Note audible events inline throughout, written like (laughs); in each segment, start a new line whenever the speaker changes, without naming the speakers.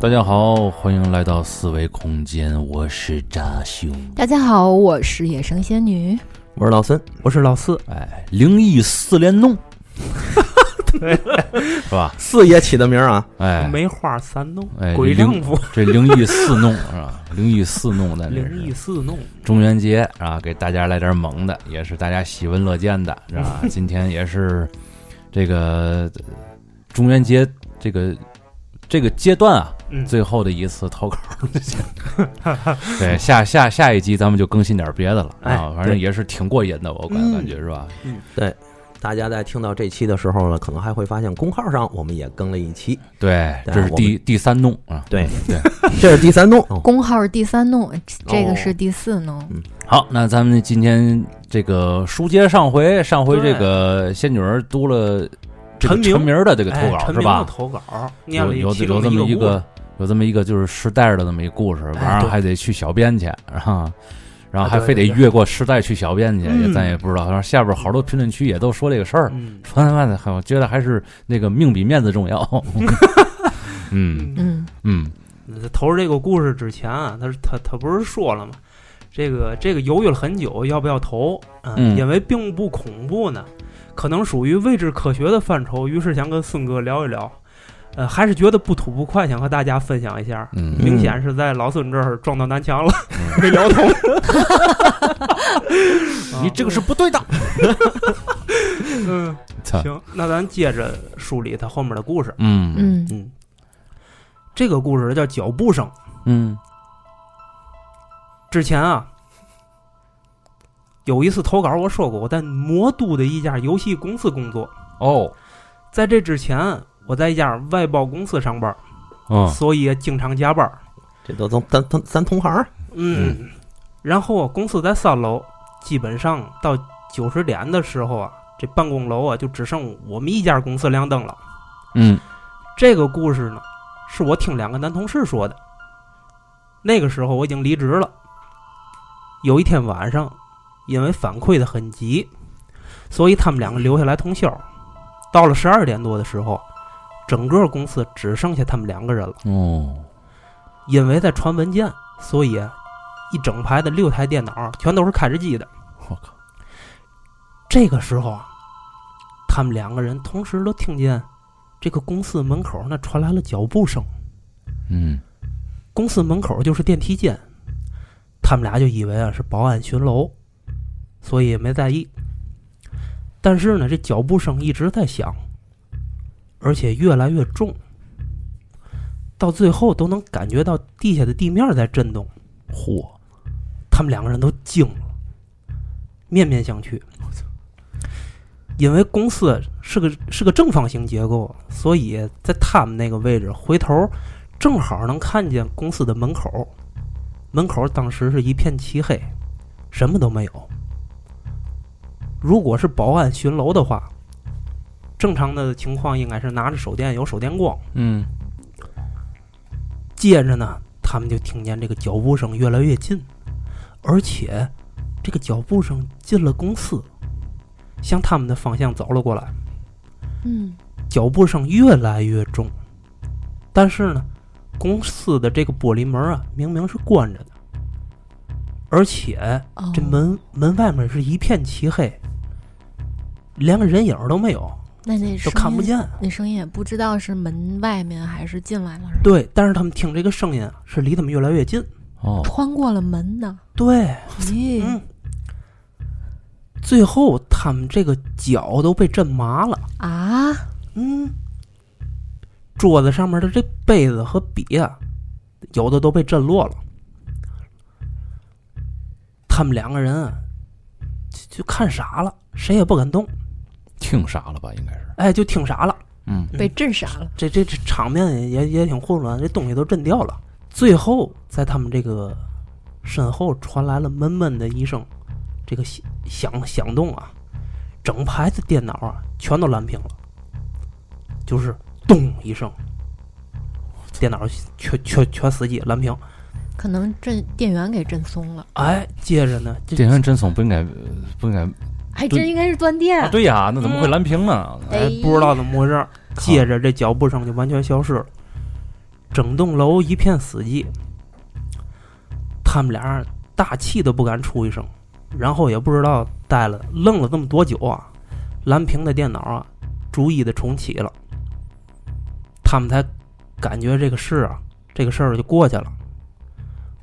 大家好，欢迎来到四维空间，我是扎兄。
大家好，我是野生仙女。
我是老森，我是老四，
哎，灵异四连
(laughs)
弄，是吧？
四爷起的名儿啊，
哎，
梅花三弄
哎，
鬼
灵
丈夫，
这灵异四弄是
(laughs)
吧？灵异四弄咱这
灵异
是
四弄，
中元节啊，给大家来点猛的，也是大家喜闻乐见的，是
(laughs)
吧？今天也是这个呃中元节这个这个阶段啊，
嗯，
最后的一次投稿 (laughs) 儿对，下下下一集咱们就更新点儿别的了
哎
啊，反正
对
也是挺过瘾的，我感
嗯
感觉是吧？
大家在听到这期的时候呢，可能还会发现公号上我们也更了一期，
对，
对
这
啊
是
我
第第三弄啊。
对
对，
(laughs) 这是第三弄，
工号是第三弄，这个
哦
是第四弄。
好，那咱们今天这个书接上回，上回这个仙女儿读了这个
陈明
陈明儿的这个投
哎
稿
陈
是
明的
吧？
投稿念
有
了
有
其
有
中的
这么
一
一
个哎
个有这么一个就是时代的这么一故事，晚上
对
还得去小便去， (laughs) 然后然后
啊
还
对
非得
对对
越过时代去小便去，也
嗯
咱也不知道。然后下边好多评论区也都说这个事
故
儿
事，，嗯
传完的，我觉得还是那个命比面子重要。 (laughs) 嗯
嗯，
嗯，
嗯，
他投这个故事之前啊，他是他他不是说了吗？这个这个犹豫了很久，要不要投啊？
嗯
因为并不恐怖呢，可能属于未知科学的范畴，于是想跟孙哥聊一聊，呃，还是觉得不吐不快，想和大家分享一下。
嗯
明显是在老孙这儿撞到南墙了，
嗯
没聊通。啊
(laughs) 你这个是不对的。
(laughs) 嗯，
操，
行，那咱接着梳理他后面的故事。
嗯
嗯
嗯，这个故事叫脚步声。
嗯
之前啊，有一次投稿我说过，我在魔都的一家游戏公司工作。
哦
在这之前，啊我在一家外包公司上班，
嗯
所以也经常加班。
这都咱咱咱咱同行儿，
嗯，然后啊公司在三楼，基本上到九十点的时候啊，这办公楼啊就只剩我们一家公司亮灯了。
嗯
这个故事呢，是我听两个男同事说的。那个时候我已经离职了。有一天晚上，因为反馈的很急，所以他们两个留下来通宵。到了十二点多的时候，整个公司只剩下他们两个人了。
哦
因为在传文件，所以啊一整排的六台电脑全都是开着机的。
我靠！
这个时候啊，他们两个人同时都听见这个公司门口那传来了脚步声。
嗯
公司门口就是电梯间，他们俩就以为啊是保安巡楼，所以也没在意。但是呢，这脚步声一直在响，而且越来越重，到最后都能感觉到地下的地面在震动。
嚯
他们两个人都惊了，面面相觑。因为公司是个是个正方形结构，所以在他们那个位置回头，正好能看见公司的门口。门口当时是一片漆黑，什么都没有。如果是保安巡楼的话，正常的情况应该是拿着手电，有手电光。
嗯
接着呢，他们就听见这个脚步声越来越近，而且这个脚步声进了公司，向他们的方向走了过来。
嗯
脚步声越来越重，但是呢，公司的这个玻璃门啊，明明是关着的，而且
哦，
这门门外面是一片漆黑，连个人影儿都没有，
那那
都
声
看不
音，啊
见。
那声音也不知道是门外面还是进来了，是吧
对，但是他们听这个声音啊，是离他们越来越近。
哦
穿过了门
(laughs)
呢。
对，
咦、
嗯，最后他们这个脚都被震麻了。
啊，
嗯，桌子上面的这杯子和笔啊，有的都被震落了。他们两个人啊，就就看傻了，谁也不敢动，
听傻了吧？应该是
哎，就听傻了。
嗯
嗯
被震傻了。
这这这场面也也挺混乱，这东西都震掉了。最后，在他们这个身后传来了闷闷的一声，这个响响响动啊，整排的电脑啊全都蓝屏了，就是咚一声，电脑全全全死机蓝屏。
可能震电源给震松了，
哎，接着呢，这
电源真松不应该不应该
哎，
对
这应该是断电。
啊？对呀，那怎么会蓝屏呢？啊
哎
哎不知道怎么回事儿，接着这脚步声就完全消失了。整栋楼一片死寂。他们俩大气都不敢出一声，然后也不知道待了愣了这么多久啊，蓝屏的电脑啊，逐一的重启了，他们才感觉这个事啊，这个事儿就过去了。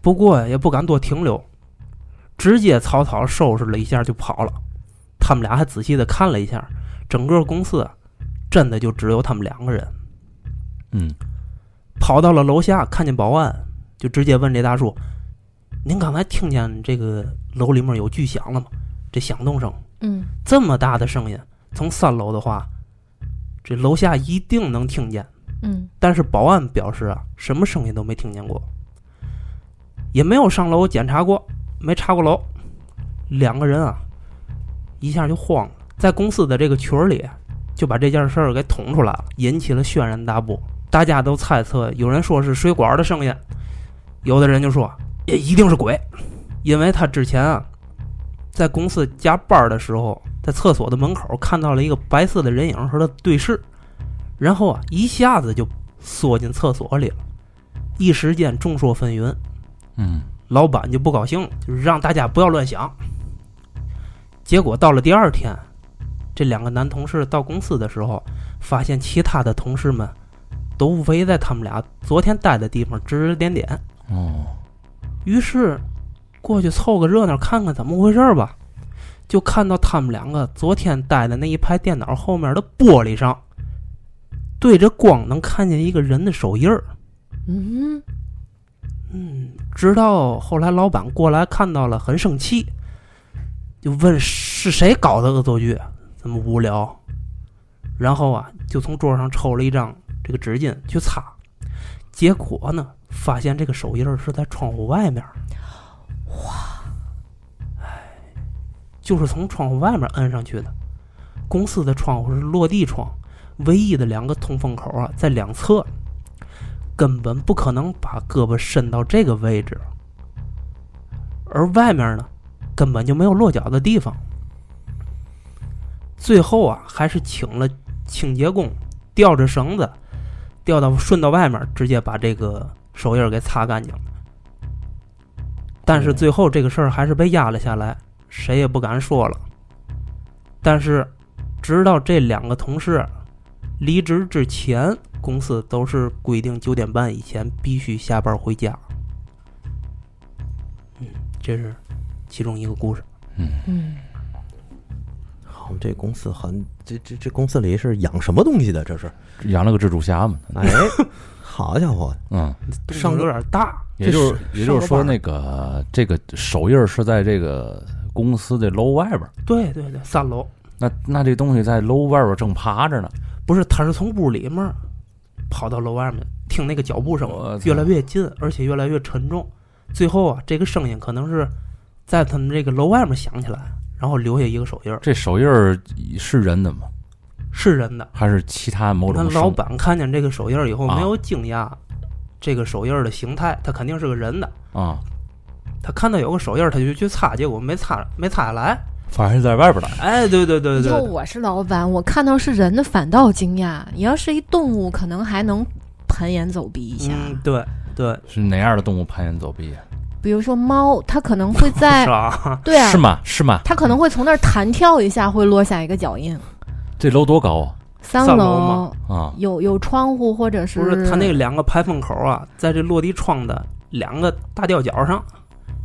不过也不敢多停留，直接草草收拾了一下就跑了。他们俩还仔细的看了一下，整个公司啊真的就只有他们两个人。
嗯，
跑到了楼下，看见保安，就直接问这大叔：“您刚才听见这个楼里面有巨响了吗？这响动声
嗯，
这么大的声音，从三楼的话，这楼下一定能听见。
嗯，
但是保安表示啊，什么声音都没听见过，也没有上楼检查过，没查过楼。两个人啊，一下就慌了，在公司的这个群儿里啊就把这件事儿给捅出来了，引起了轩然大波。大家都猜测，有人说是水管的声音，有的人就说也一定是鬼，因为他之前啊，在公司加班的时候，在厕所的门口看到了一个白色的人影和他对视，然后啊，一下子就缩进厕所里了。一时间众说纷纭，
嗯，
老板就不高兴了，就是让大家不要乱想。结果到了第二天，这两个男同事到公司的时候，发现其他的同事们都围在他们俩昨天待的地方指指点点。
哦，
于是过去凑个热闹，看看怎么回事儿吧。就看到他们两个昨天待的那一排电脑后面的玻璃上，对着光能看见一个人的手印儿。
嗯，
嗯，直到后来老板过来看到了，很生气，就问是谁搞的恶作剧，这么无聊。然后啊，就从桌上抽了一张这个纸巾去擦，结果呢，发现这个手印儿是在窗户外面。哇！哎，就是从窗户外面摁上去的。公司的窗户是落地窗，唯一的两个通风口啊在两侧，根本不可能把胳膊伸到这个位置。而外面呢，根本就没有落脚的地方。最后啊，还是请了清洁工，吊着绳子，吊到顺到外面，直接把这个手印儿给擦干净了。但是最后这个事儿还是被压了下来，谁也不敢说了。但是，直到这两个同事离职之前，公司都是规定九点半以前必须下班回家。嗯，这是其中一个故事。
嗯，
好，这公司很这这这公司里是养什么东西的？这是？
养了个蜘蛛侠嘛，
哎， (laughs) 好家伙，
嗯，
动
上
静有点大，
也就是
这是
也就是说，
上个班儿
那个这个手印儿是在这个公司这楼外边儿，
对对对，三楼
那那这东西在楼外边儿正爬着呢，
不是，他是从屋里面跑到楼外面，听那个脚步声
我操
越来越近，而且越来越沉重。最后啊，这个声音可能是在他们这个楼外面响起来，然后留下一个手印儿，
这手印儿是人的吗？
是人的。
还是其他某
那
种
老
生
板看见这个手印儿以后，
啊
没有惊讶这个手印儿的形态，他肯定是个人的。
啊？
他看到有个手印儿，他就去擦，结果没擦，没擦下来。
反正是在外边儿的，
哎，对对对对
要
对，
我是老板，我看到是人的反倒惊讶，你要是一动物，可能还能盘眼走鼻一下。
嗯，对对，
是哪样的动物攀岩走壁啊？
比如说猫，它可能会在
(laughs) 是吧？
对啊
是，吗？是吗？
它可能会从那儿弹跳一下，会落下一个脚印。
这楼多高啊？
三
三楼吗
啊，
有有窗户或者是
不是，他那两个排风口啊，在这落地窗的两个大吊脚上，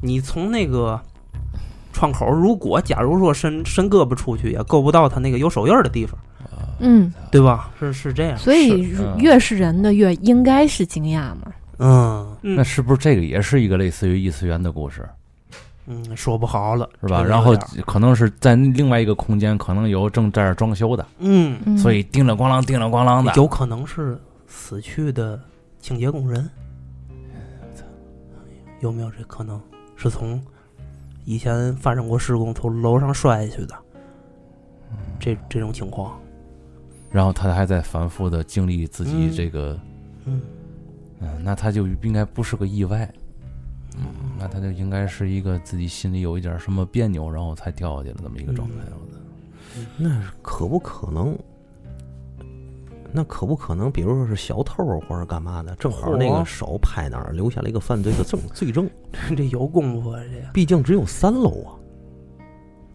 你从那个窗口，如果假如说伸伸胳膊出去，也够不到他那个有手印儿的地方，
嗯，
对吧？是是这样，
所以
是嗯
越是人的越应该是惊讶嘛。
嗯
那
嗯
是不是这个也是一个类似于异次元的故事，
嗯，说不好了，
是吧？
真的
然
有
后
点儿
可能是在另外一个空间，可能有正在这儿装修的，
嗯，
嗯、
所以叮了咣啷，叮了咣啷的。
有可能是死去的清洁工人，有没有这可能？是从以前发生过事故，从楼上摔下去的，这这种情况，
然后他还在反复的经历自己
嗯
这个，
嗯。
嗯，那他就应该不是个意外，嗯，那他就应该是一个自己心里有一点什么别扭，然后才掉下去了这么一个状态。
嗯
我觉得
那可不可能？那可不可能，比如说是小偷啊或者干嘛的，正好那
嚯
个手拍那儿留下了一个犯罪的证罪证？
(laughs) 这有功夫啊，这个
毕竟只有三楼啊，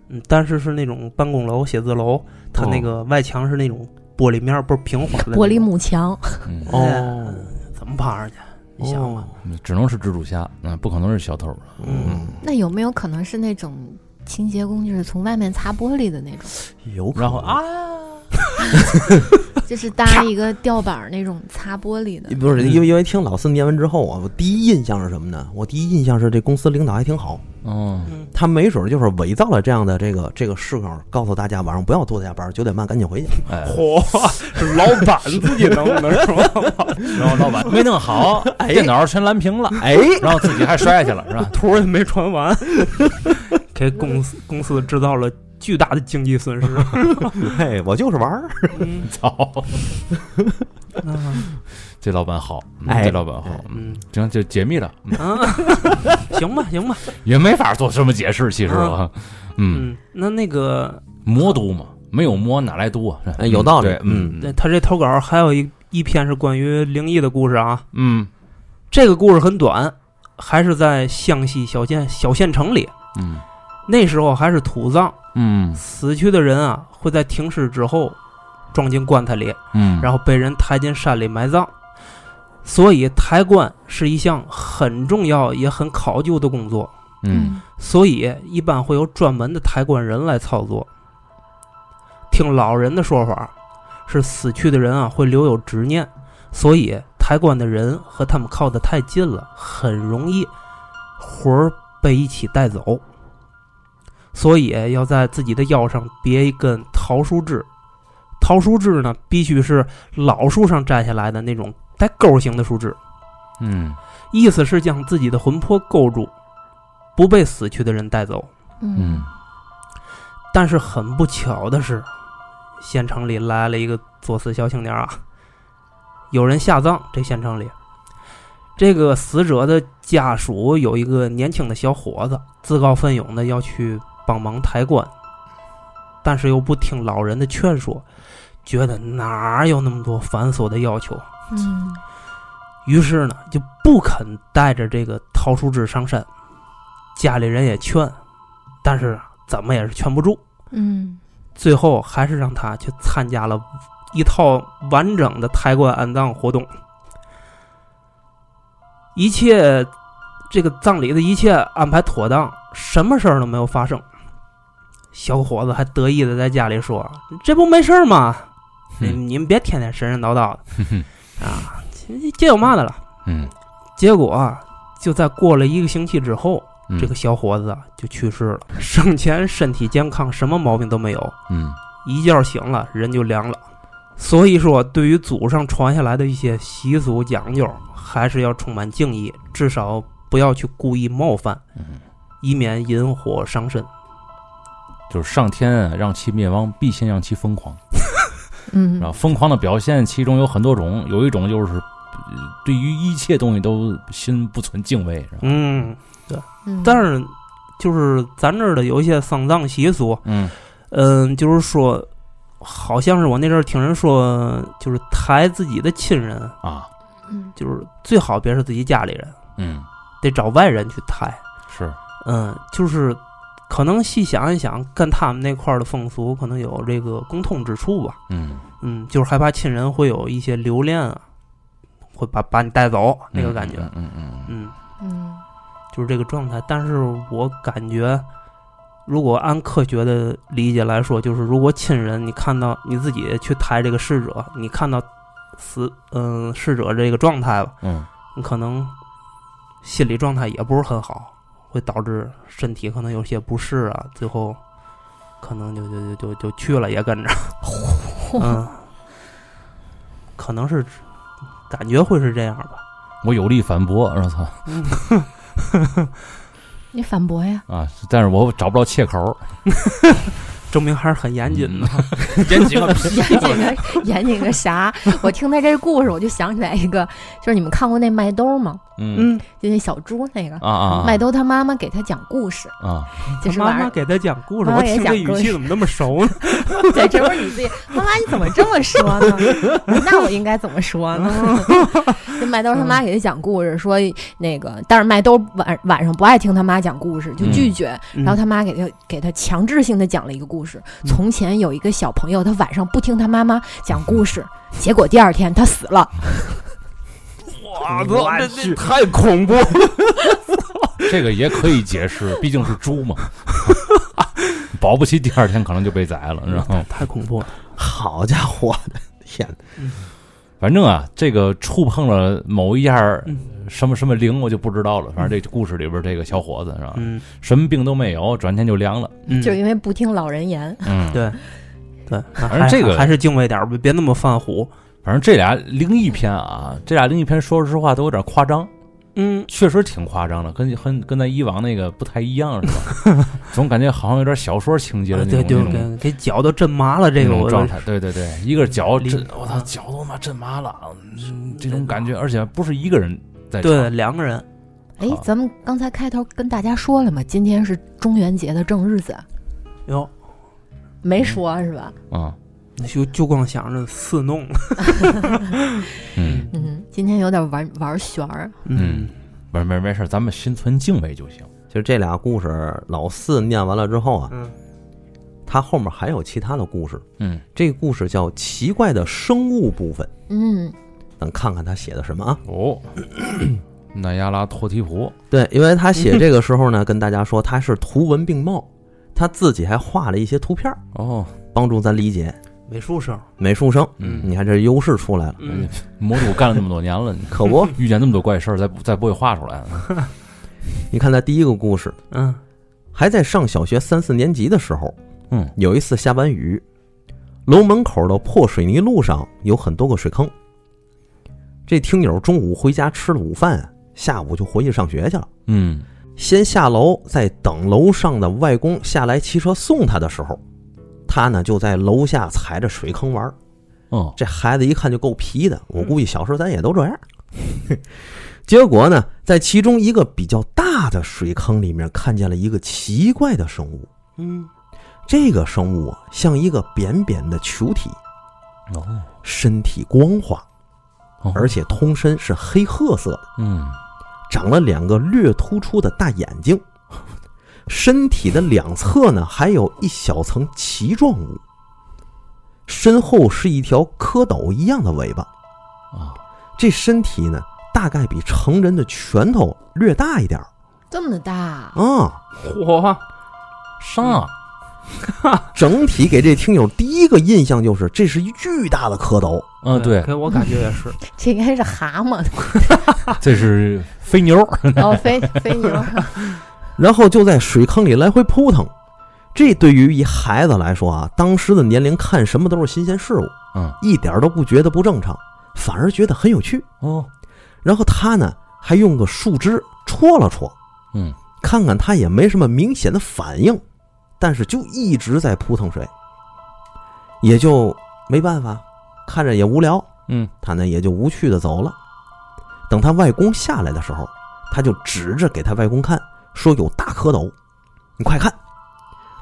嗯，但是是那种办公楼、写字楼，它
哦
那个外墙是那种玻璃面儿，不是平滑的
玻璃幕墙，
嗯，
哦
哦，
怎么爬上去？你想吧，
只能是蜘蛛侠，嗯，不可能是小偷。
嗯，
(laughs) 那有没有可能是那种清洁工，就是从外面擦玻璃的那 (laughs) 种，
嗯有可能
然后啊，
就是搭一个吊板儿那种擦玻璃的？
不是因为因为听老四念完之后啊，我第一印象是什么呢？我第一印象是这公司领导还挺好，
哦，
嗯，
他没准就是伪造了这样的这个这个事稿，告诉大家晚上不要多加班，九点半赶紧回去。
哎，
嚯，是老
(laughs)
板自己能不能说？
然后老板没弄好，电脑全蓝屏了，
哎，
然后自己还摔下去了，是吧？ (laughs)
图儿也没传完， (laughs) 给公司公司制造了巨大的经济损失。
(laughs) 嘿，我就是玩儿。
嗯，
操，
啊
这老板好，嗯
哎
这老板好，嗯，
嗯
行，就解密了，嗯
(laughs) 啊，行吧，行吧，
也没法做什么解释，其实啊，嗯，
嗯，那那个
魔都嘛，没有魔哪来都啊？
哎有道理
对嗯
对他这投稿还有一一篇是关于灵异的故事啊，
嗯
这个故事很短，还是在湘西小县小县城里，
嗯
那时候还是土葬，
嗯
死去的人啊会在停尸之后装进棺材里，
嗯，
然后被人抬进山里埋葬。所以抬棺是一项很重要也很考究的工作，
嗯，
所以一般会有专门的抬棺人来操作。听老人的说法，是死去的人啊会留有执念，所以抬棺的人和他们靠得太近了，很容易魂儿被一起带走。所以要在自己的腰上别一根桃树枝，桃树枝呢必须是老树上摘下来的那种带钩形的树枝。
嗯
意思是将自己的魂魄勾住，不被死去的人带走。
嗯
嗯，
但是很不巧的是，县城里来了一个作死小青年啊，有人下葬。这县城里，这个死者的家属有一个年轻的小伙子，自告奋勇的要去帮忙抬棺，但是又不听老人的劝说，觉得哪有那么多繁琐的要求，
嗯
于是呢，就不肯带着这个桃树枝上山。家里人也劝，但是怎么也是劝不住，
嗯
最后还是让他去参加了一套完整的抬棺安葬活动。一切这个葬礼的一切安排妥当，什么事儿都没有发生。小伙子还得意的在家里说：“这不没事儿吗？你
嗯
你们别天天神神叨叨的
嗯
啊，这这有嘛的了。”
嗯
结果啊，就在过了一个星期之后，
嗯，
这个小伙子啊就去世了。生前身体健康，什么毛病都没有，
嗯
一觉醒了人就凉了。所以说，对于祖上传下来的一些习俗讲究，还是要充满敬意，至少不要去故意冒犯，
嗯，
以免引火伤身。
就是上天啊，让其灭亡，必先让其疯狂。
嗯
然后疯狂的表现，其中有很多种，有一种就是呃对于一切东西都心不存敬畏，是吧？
嗯，
嗯，
但是就是咱这儿的有一些丧葬习俗，
嗯
嗯，就是说，好像是我那阵儿听人说，就是抬自己的亲人，
啊，
嗯
就是最好别是自己家里人，
嗯，
得找外人去抬。
是，
嗯，就是可能细想一想，跟他们那块儿的风俗可能有这个共通之处吧。
嗯
嗯，就是害怕亲人会有一些留恋啊，会把把你带走那个
嗯
感觉。
嗯嗯嗯嗯
嗯，
嗯
就是这个状态。但是我感觉，如果按科学的理解来说，就是如果亲人你看到你自己去抬这个逝者，你看到死嗯、逝者这个状态吧，
嗯，
你可能心理状态也不是很好，会导致身体可能有些不适啊，最后可能就就就就就去了，也跟着，嗯，可能是感觉会是这样吧。
我有力反驳，我操
嗯
你反驳呀？
啊！但是我找不着切口儿，
证明还是很严谨的。 (laughs)
严谨个屁！
(laughs) 严谨个严谨个啥？我听他这故事，我就想起来一个，就是你们看过那麦兜吗？
嗯
嗯，
就那小猪那个，
啊啊
麦兜他妈妈给他讲故事，
啊！
就
哎他
是晚
妈妈
上，
给他讲故事，
妈妈
我
给
听
他
这
讲故
语
事
气怎么那么熟呢？
对，这不是你自己，妈妈你怎么这么说
(laughs)
呢？那我应该怎么说呢？就麦兜他妈给他讲故事，说那个，但是麦兜晚晚上不爱听他妈讲故事，就拒绝，
嗯
然后他妈给他给他强制性的讲了一个故事。从前有一个小朋友，他晚上不听他妈妈讲故事，结果第二天他死了。
哇
我
这
去
这太恐怖了！
这个也可以解释，毕竟是猪嘛， (laughs) 保不齐第二天可能就被宰了，然后
太恐怖了，
(laughs) 好家伙我的天哪！
反正啊，这个触碰了某一样儿
嗯
什么什么灵，我就不知道了。反正这故事里边这个小伙子是吧，
嗯
什么病都没有，转天就凉了。
嗯，
就因为不听老人言，
嗯，
对对，啊
正
还
这个
还是敬畏点儿，别别那么犯虎。
反正这俩灵异片啊，这俩灵异片说实话都有点夸张，
嗯，
确实挺夸张的，跟跟跟咱以往那个不太一样，是吧？
(laughs)
总感觉好像有点小说情节
啊
的
对，
那
就
种那种
给给脚都震麻了，
那
这个
种
我
状态。对对对，一个是脚
理
震，
啊
我操，脚都他妈震麻了，嗯这种感觉，而且不是一个人在
对
唱，
两个人，
哎
好，
咱们刚才开头跟大家说了嘛，今天是中元节的正日子，
哟，
没说是吧？
啊，
就就光想着四弄了。
嗯，
嗯，今天有点玩玩旋儿，
嗯没没没事，咱们心存敬畏就行。
其实这俩故事，老四念完了之后啊，
嗯
他后面还有其他的故事。
嗯
这个故事叫《奇怪的生物部分》，
嗯，
咱看看他写的什么啊？
哦， (coughs) 奈亚拉托提普，
对，因为他写这个时候呢，跟大家说他是图文并茂，他自己还画了一些图片儿，
哦，
帮助咱理解
美术生，
美术生。
嗯，
你看这优势出来了，
嗯，
魔主干了这么多年了，你
可不？
遇见那么多怪事儿，再不再不会画出来了。
你看他第一个故事，
嗯
还在上小学三四年级的时候，
嗯，
有一次下完雨，楼门口的破水泥路上有很多个水坑。这听友中午回家吃了午饭，啊下午就回去上学去了。
嗯
先下楼，在等楼上的外公下来骑车送他的时候，他呢就在楼下踩着水坑玩儿。
哦，
这孩子一看就够皮的，我估计小时候咱也都这样。 (laughs) 结果呢，在其中一个比较大的水坑里面，看见了一个奇怪的生物。
嗯，
这个生物啊，像一个扁扁的球体，
哦，
身体光滑，
哦
而且通身是黑褐色的，
嗯，
长了两个略突出的大眼睛，身体的两侧呢还有一小层鳍状物，身后是一条蝌蚪一样的尾巴。
啊，
这身体呢，大概比成人的拳头略大一点儿
这么
(laughs)
大，
啊。
嚯，
上啊，
整体给这听友第一个印象就是，这是一巨大的蝌蚪。
嗯
啊，对，
给我感觉也
(laughs)
是，
这应该是蛤蟆，
这是飞牛，
然后飞飞牛，
然后就在水坑里来回扑腾。这对于一孩子来说啊，当时的年龄看什么都是新鲜事物，
嗯，
一点儿都不觉得不正常，反而觉得很有趣。
哦，
然后他呢，还用个树枝戳了戳，
嗯，
看看他也没什么明显的反应，但是就一直在扑腾水，也就没办法，看着也无聊，
嗯，
他呢也就无趣的走了。等他外公下来的时候，他就指着给他外公看，说有大蝌蚪，你快看！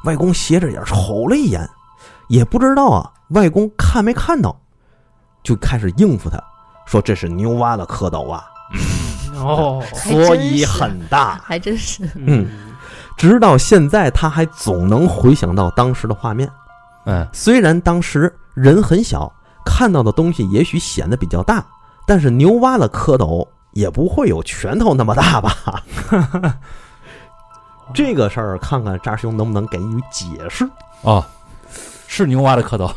外公斜着眼瞅了一眼，也不知道啊，外公看没看到，就开始应付他，说这是牛蛙的蝌蚪啊，
哦，
还真是
所以很大。
还真是，
嗯，直到现在，他还总能回想到当时的画面。
嗯，
虽然当时人很小，看到的东西也许显得比较大，但是牛蛙的蝌蚪也不会有拳头那么
(laughs)
大吧？这个事儿，看看扎师兄能不能给予解释。
哦，是牛蛙的蝌蚪，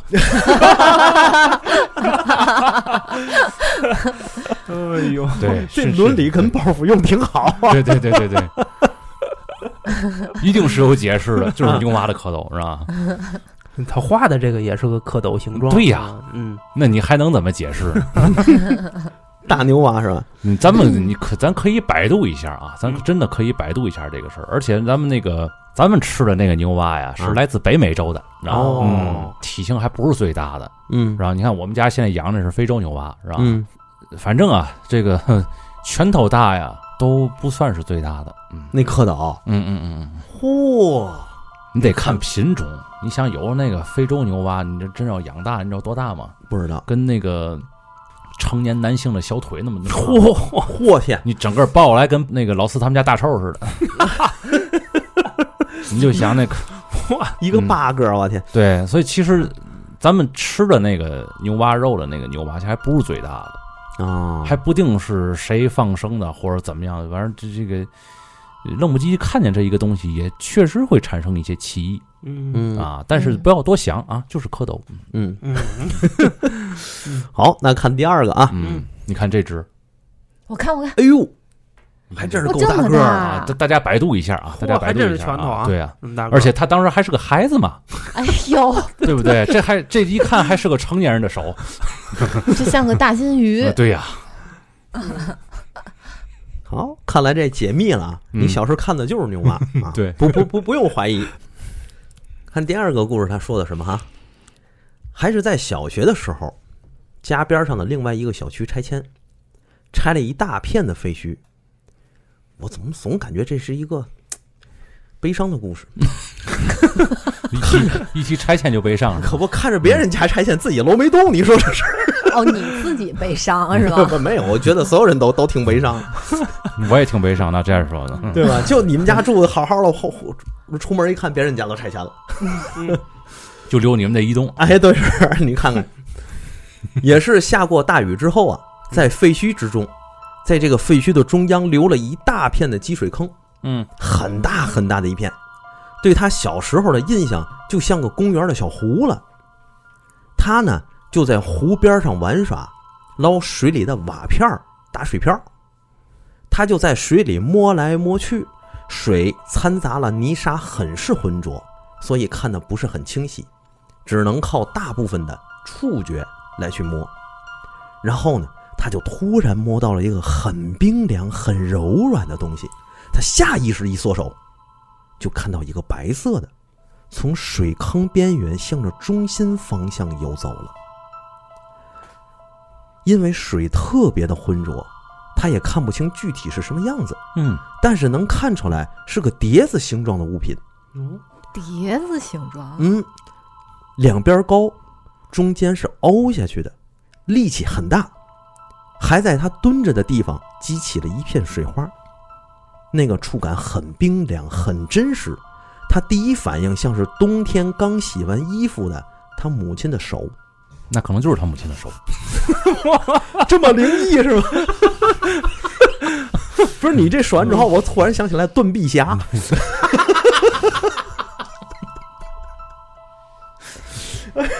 哎呦， (laughs)
对，
这伦理跟抱负用挺好啊。
对对对对对，一定是有解释的，就是牛蛙的蝌蚪是 (laughs) 吧？
嗯他画的这个也是个蝌�蚪形状，
对呀
啊，嗯，
那你还能怎么解释？
大牛蛙是吧？
嗯，咱们你可咱可以百度一下啊，咱真的可以百度一下这个事儿。而且咱们那个咱们吃的那个牛蛙呀，是
啊
来自北美洲的，然后、
哦
嗯、体型还不是最大的。
嗯
然后你看我们家现在养的是非洲牛蛙，是吧？
嗯，
(laughs) 反正啊，这个哼拳头大呀都不算是最大的。嗯
那蝌蚪，
嗯嗯嗯嗯，
嚯，
你得看品种。你想有那个非洲牛蛙，你这真要养大，你知道多大吗？
不知道，
跟那个成年男性的小腿那么那么大。
嚯嚯天，
你整个抱过来跟那个老四他们家大臭似 (laughs) 的，你就想那个
哇，一个
嗯
八个，我天，
对，所以其实咱们吃的那个牛蛙肉的那个牛蛙，其实还不是最大的，
啊，
嗯还不定是谁放生的或者怎么样，反正这这个愣不唧唧看见这一个东西，也确实会产生一些歧义
嗯
嗯
啊，但是不要多想啊，就是蝌蚪，
嗯，
嗯，
(laughs) 好，那看第二个啊，
嗯，你看这只
我看我看，
哎呦，还真是够大
哦这
个
么
儿
嗯
大
啊，大大家百度一下啊，大家
嚯
百度
还
一
真是
下
拳头啊
对啊，
这么大个儿，
而且他当时还是个孩子嘛，
哎呦，
对不对？这还这一看还是个成年人的手。
就像个大金鱼
(laughs) 啊，对呀、
好，看来这解密了啊，
嗯
你小时候看的就是牛蛙啊，
对
不不不不用怀疑。看第二个故事，他说的什么哈？还是在小学的时候，家边上的另外一个小区拆迁，拆了一大片的废墟。我怎么总感觉这是一个嘖悲伤的故事？
一提一 (laughs) 提拆迁就悲伤是
(laughs) 可
吧？
不看着别人家拆迁，自己楼没动，你说这是
哦，你自己悲伤是吧？
不没有，我觉得所有人都都挺悲伤，
我也挺悲伤的，这样说的，嗯
对吧？就你们家住的好好的，后后出门一看，别人家都拆迁了。
就留你们这一栋，
哎，对， (laughs) 是你看看，也是下过大雨之后啊，在废墟之中，在这个废墟的中央留了一大片的积水坑，
嗯，
很大很大的一片，对他小时候的印象就像个公园的小湖了。他呢就在湖边上玩耍，捞水里的瓦片儿打水漂儿。他就在水里摸来摸去，水掺杂了泥沙，很是浑浊，所以看的不是很清晰，只能靠大部分的触觉来去摸。然后呢，他就突然摸到了一个很冰凉、很柔软的东西。他下意识一缩手，就看到一个白色的从水坑边缘向着中心方向游走了。因为水特别的浑浊，他也看不清具体是什么样子，
嗯，
但是能看出来是个碟子形状的物品。
嗯
碟子形状，
嗯，两边高，中间是凹下去的，力气很大，还在他蹲着的地方激起了一片水花，那个触感很冰凉，很真实。他第一反应像是冬天刚洗完衣服的他母亲的 (laughs) 手，
那可能就是他母亲的手，
这么灵异是吗？ (laughs) 不是你这说完之后，我突然想起来盾臂侠，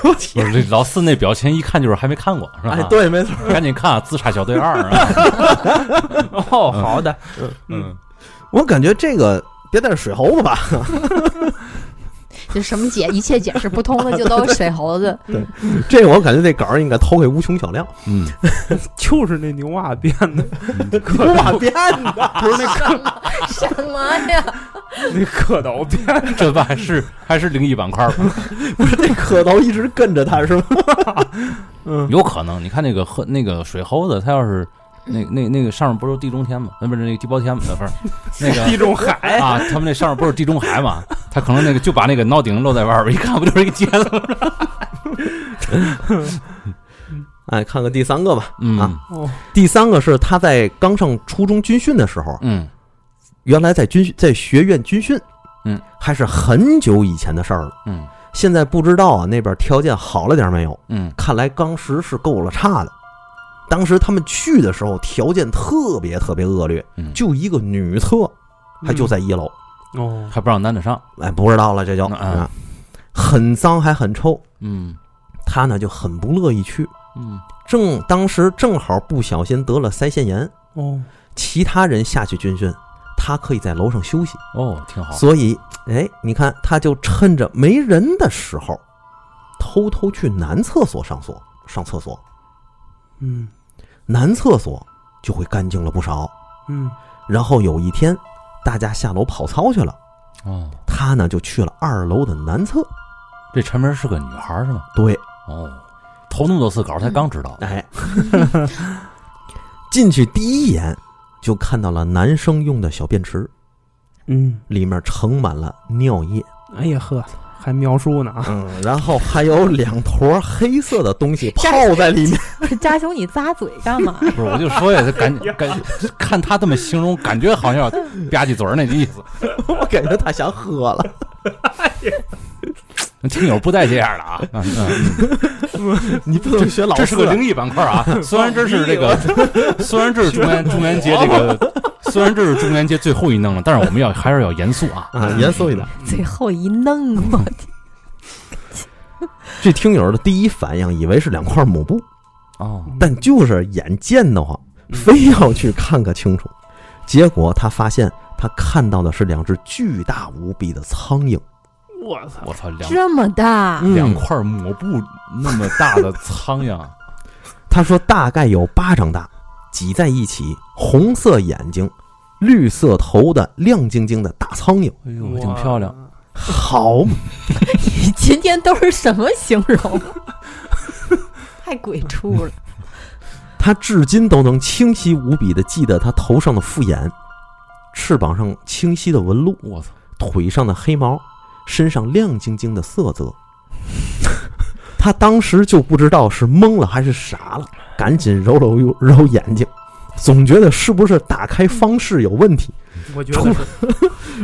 不是这老四那表情一看就是还没看过，是吧？
哎，，对，没错，
赶紧看啊《自杀小队二》啊，
哦，好的，
嗯，
我感觉这个别带着水猴子吧。
就什么解一切解释不通的，就都是水猴子。
(laughs) 这个我感觉这稿儿应该投给无穷小亮，
嗯，
就是那牛蛙变的， (laughs)
可把
嗯
变 (laughs) 的。
不是那蝌
(laughs) 什么呀？
那蝌蚪变的，
嗯这不还是还是灵异板块吗？
这蝌蚪一直跟着他是吗？
有可能，你看那个喝那个水猴子，他要是那那那个上面不是地中天吗？那不是那个地包天吗？不是那个
地中海，
啊，他们那上面不是地中海嘛？他可能那个就把那个脑顶露在外边，一看不就是一个结子吗？
(laughs) 哎，看看第三个吧。
嗯
啊
哦，
第三个是他在刚上初中军训的时候，
嗯
原来在军训在学院军训，
嗯，
还是很久以前的事儿了。
嗯
现在不知道啊，那边条件好了点没有？
嗯
看来当时是够了差的。当时他们去的时候，条件特别特别恶劣，
嗯，
就一个女厕，还就在一楼。
嗯哦，
还不让男的上，
哎，不知道了，这就
嗯
啊，很脏还很臭。
嗯
他呢就很不乐意去，
嗯
正当时正好不小心得了腮腺炎，
哦，
其他人下去军训，他可以在楼上休息。
哦，挺好，
所以，哎，你看，他就趁着没人的时候，偷偷去男厕所上所上厕所。
嗯，
男厕所就会干净了不少。
嗯
然后有一天，大家下楼跑操去了，
哦，
他呢就去了二楼的男厕。
这陈明是个女孩儿是吗？
对，
哦，投那么多次稿，他刚知
(laughs)
道。
哎，进去第一眼就看到了男生用的小便池，
嗯，
里面盛满了尿液，
哎呀呵，还描述呢啊，
嗯，然后还有两坨黑色的东 (laughs) 西泡在里面。
扎兄，你咂嘴干嘛？
不是，我就说呀，他感
(laughs)
感看他这么形容，感觉好像要 (laughs) 吧唧嘴儿那意
(laughs)
思。
我感觉他想喝了。 (laughs)
听友不带这样的
(laughs)
啊，嗯嗯，
你不能学老
这是
四
个灵异板块
(laughs)
啊。虽然这是这个， (laughs) 虽然这是中元中元节这
(laughs)
个，虽然这是中元节最后一弄了，但是我们要还是要严肃啊。
啊，严肃一点。
最后一弄啊我 (laughs) 天
这听友的第一反应以为是两块抹布，嗯
哦，
但就是眼见得慌，非要去看个清楚。结果他发现他看到的是两只巨大无比的苍蝇，
我操，
我操，两
这么大，
嗯
两块抹布那么大的苍蝇，啊
(laughs) 他说大概有巴掌大，挤在一起，红色眼睛，绿色头的亮晶晶的大苍蝇，
哎呦，挺漂亮。
哇。
好嘛，
你今天都是什么形 (laughs) 容？太鬼畜了！
他至今都能清晰无比的记得他头上的复眼，翅膀上清晰的纹路，
我操，
腿上的黑毛，身上亮晶晶的色泽。 (laughs) 他当时就不知道是懵了还是傻了，赶紧揉揉揉揉眼睛，总觉得是不是打开方式有问题。
我觉得是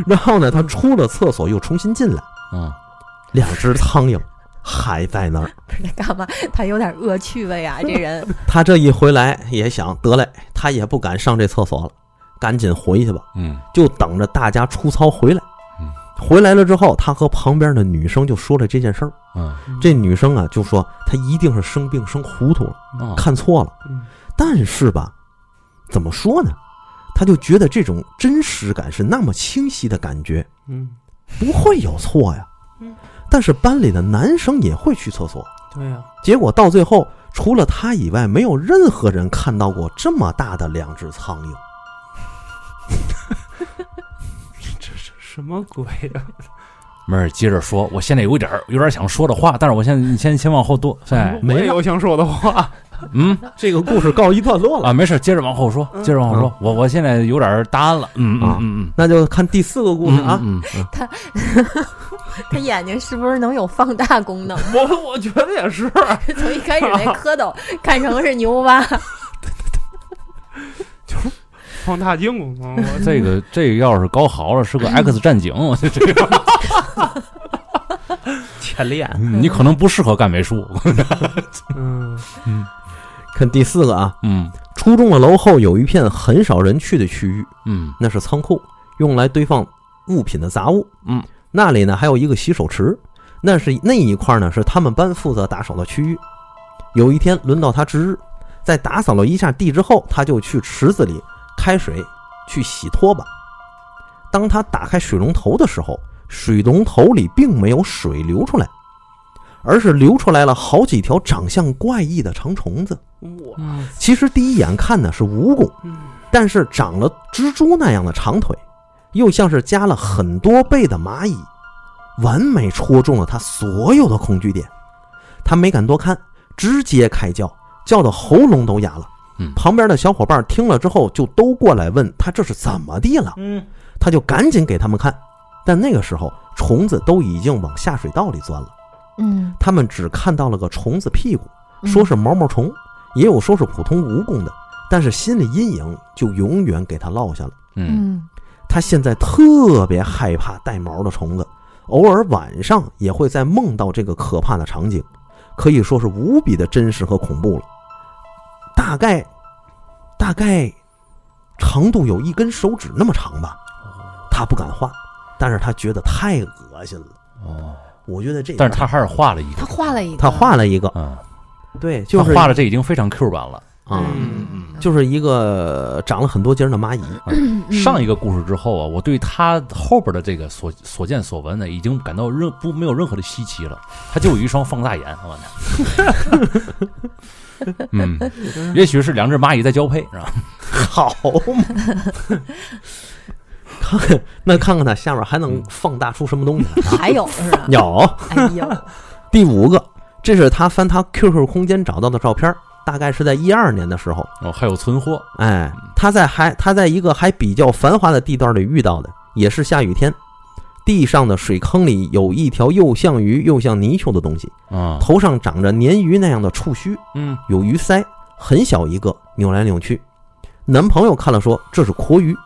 然后呢，他出了厕所又重新进来，
嗯，
两只苍蝇还在那儿。
不是他干嘛？他有点恶趣味 (laughs) 啊！这人
他这一回来也想得嘞，他也不敢上这厕所了，赶紧回去吧，
嗯，
就等着大家出操回来
嗯。
回来了之后，他和旁边的女生就说了这件事儿。
嗯，
这女生啊就说她一定是生病生糊涂了，
哦
看错了。
嗯
但是吧，怎么说呢？她就觉得这种真实感是那么清晰的感觉，
嗯，
不会有错呀
嗯。
但是班里的男生也会去厕所，
对啊呀，
结果到最后，除了他以外，没有任何人看到过这么大的两只苍蝇。
这是什么鬼啊呀？
妹儿接着说，我现在有点儿有点儿想说的话，但是我现在你先先往后多，哎，
我
没
也有想说的话。
嗯
(laughs) 这个故事嗯告一段落
(laughs)
了，
啊，没事，接着往后说，接着往后说，我我现在有点儿答案了，嗯嗯嗯
那就看第四个故
嗯
事啊。
嗯嗯
他眼睛是不是能有放大功能？(laughs)
(laughs) 我我觉得也是，
从一开始那蝌 (laughs) 蚪看成是牛蛙，
放大镜，我
嗯，这个这个要是高豪了，是
(laughs)
个 X 战警，我这这个
前练。
你可能不适合干美术， (laughs)
嗯
看第四个啊，
嗯
初中的楼后有一片很少人去的区域，
嗯
那是仓库，用来堆放物品的杂物。
嗯，
那里呢还有一个洗手池，那是那一块呢是他们班负责打扫的区域。有一天轮到他值日，在打扫了一下地之后，他就去池子里开水去洗拖把。当他打开水龙头的时候，水龙头里并没有水流出来，而是流出来了好几条长相怪异的长虫子。
我
其实第一眼看呢是蜈蚣，
嗯
但是长了蜘蛛那样的长腿，又像是加了很多倍的蚂蚁，完美戳中了他所有的恐惧点。他没敢多看，直接开叫，叫的喉咙都哑了。
嗯
旁边的小伙伴听了之后，就都过来问他这是怎么地了，
嗯
他就赶紧给他们看。但那个时候，虫子都已经往下水道里钻了，
嗯，
他们只看到了个虫子屁股，说是毛毛虫，也有说是普通蜈蚣的，但是心理阴影就永远给他落下了。
嗯
嗯
他现在特别害怕带毛的虫子，偶尔晚上也会在梦到这个可怕的场景，可以说是无比的真实和恐怖了。大概，大概长度有一根手指那么长吧。他不敢画，但是他觉得太恶心了。
哦，
我觉得这，
但是他还是画了一个
他，画了一个，
他画了一个，
嗯，
对，就
他
是
画的这已经非常 Q 版了，
啊、
嗯
嗯
就是一个长了很多节儿的蚂蚁。
上一个故事之后啊，我对他后边的这个所所见所闻呢，已经感到任不没有任何的稀奇了。他就有一双放大眼， (laughs) 我操！嗯，也许是两只蚂蚁在交配，是吧？
好嘛，看 (laughs) 那看看它下面还能放大出什么东西来啊？
还有是 (laughs) 吧？
(laughs) 有
哎呦，
第五个，这是他翻他 QQ 空间找到的照片儿，大概是在一二年的时候。
哦，还有存货，
哎，他在还他在一个还比较繁华的地段里遇到的，也是下雨天，地上的水坑里有一条又像鱼又像泥鳅的东西，
嗯
头上长着鲶鱼那样的触须，
嗯，
有鱼鳃，很小一个，扭来扭去。男朋友看了说这是阔鱼，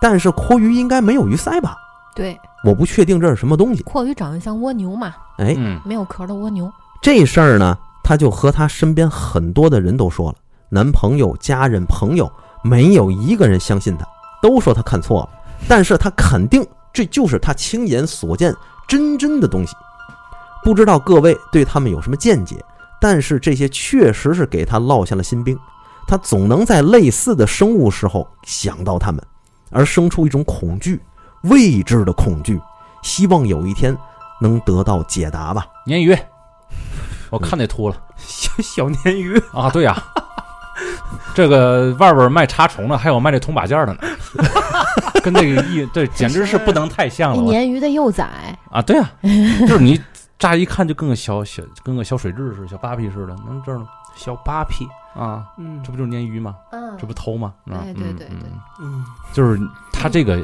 但是阔鱼应该没有鱼鳃吧？
对，
我不确定这是什么东西。
阔鱼长得像蜗牛嘛，
哎，
嗯
没有壳的蜗牛。
这事儿呢，她就和她身边很多的人都说了，男朋友、家人、朋友，没有一个人相信她，都说她看错了。但是她肯定这就是她亲眼所见真真的东西。不知道各位对他们有什么见解，但是这些确实是给她落下了心病。她总能在类似的生物时候想到他们，而生出一种恐惧，未知的恐惧，希望有一天能得到解答吧。
鲶鱼，我看那秃了
小小鲶鱼，
啊！对呀、这个外边卖茶虫的，还有卖这铜把件儿的呢， (laughs) 跟那个一，这简直是不能太
啊
像了。我
鲶鱼的幼崽，
啊，对啊，就是你乍一看就跟个小小跟个小水蛭似的，小巴皮似的，能这儿呢
小八匹，
啊，
嗯
这不就是鲶鱼吗？
嗯
这不头吗？啊
哎对对
嗯
对
嗯
嗯，
就是他这个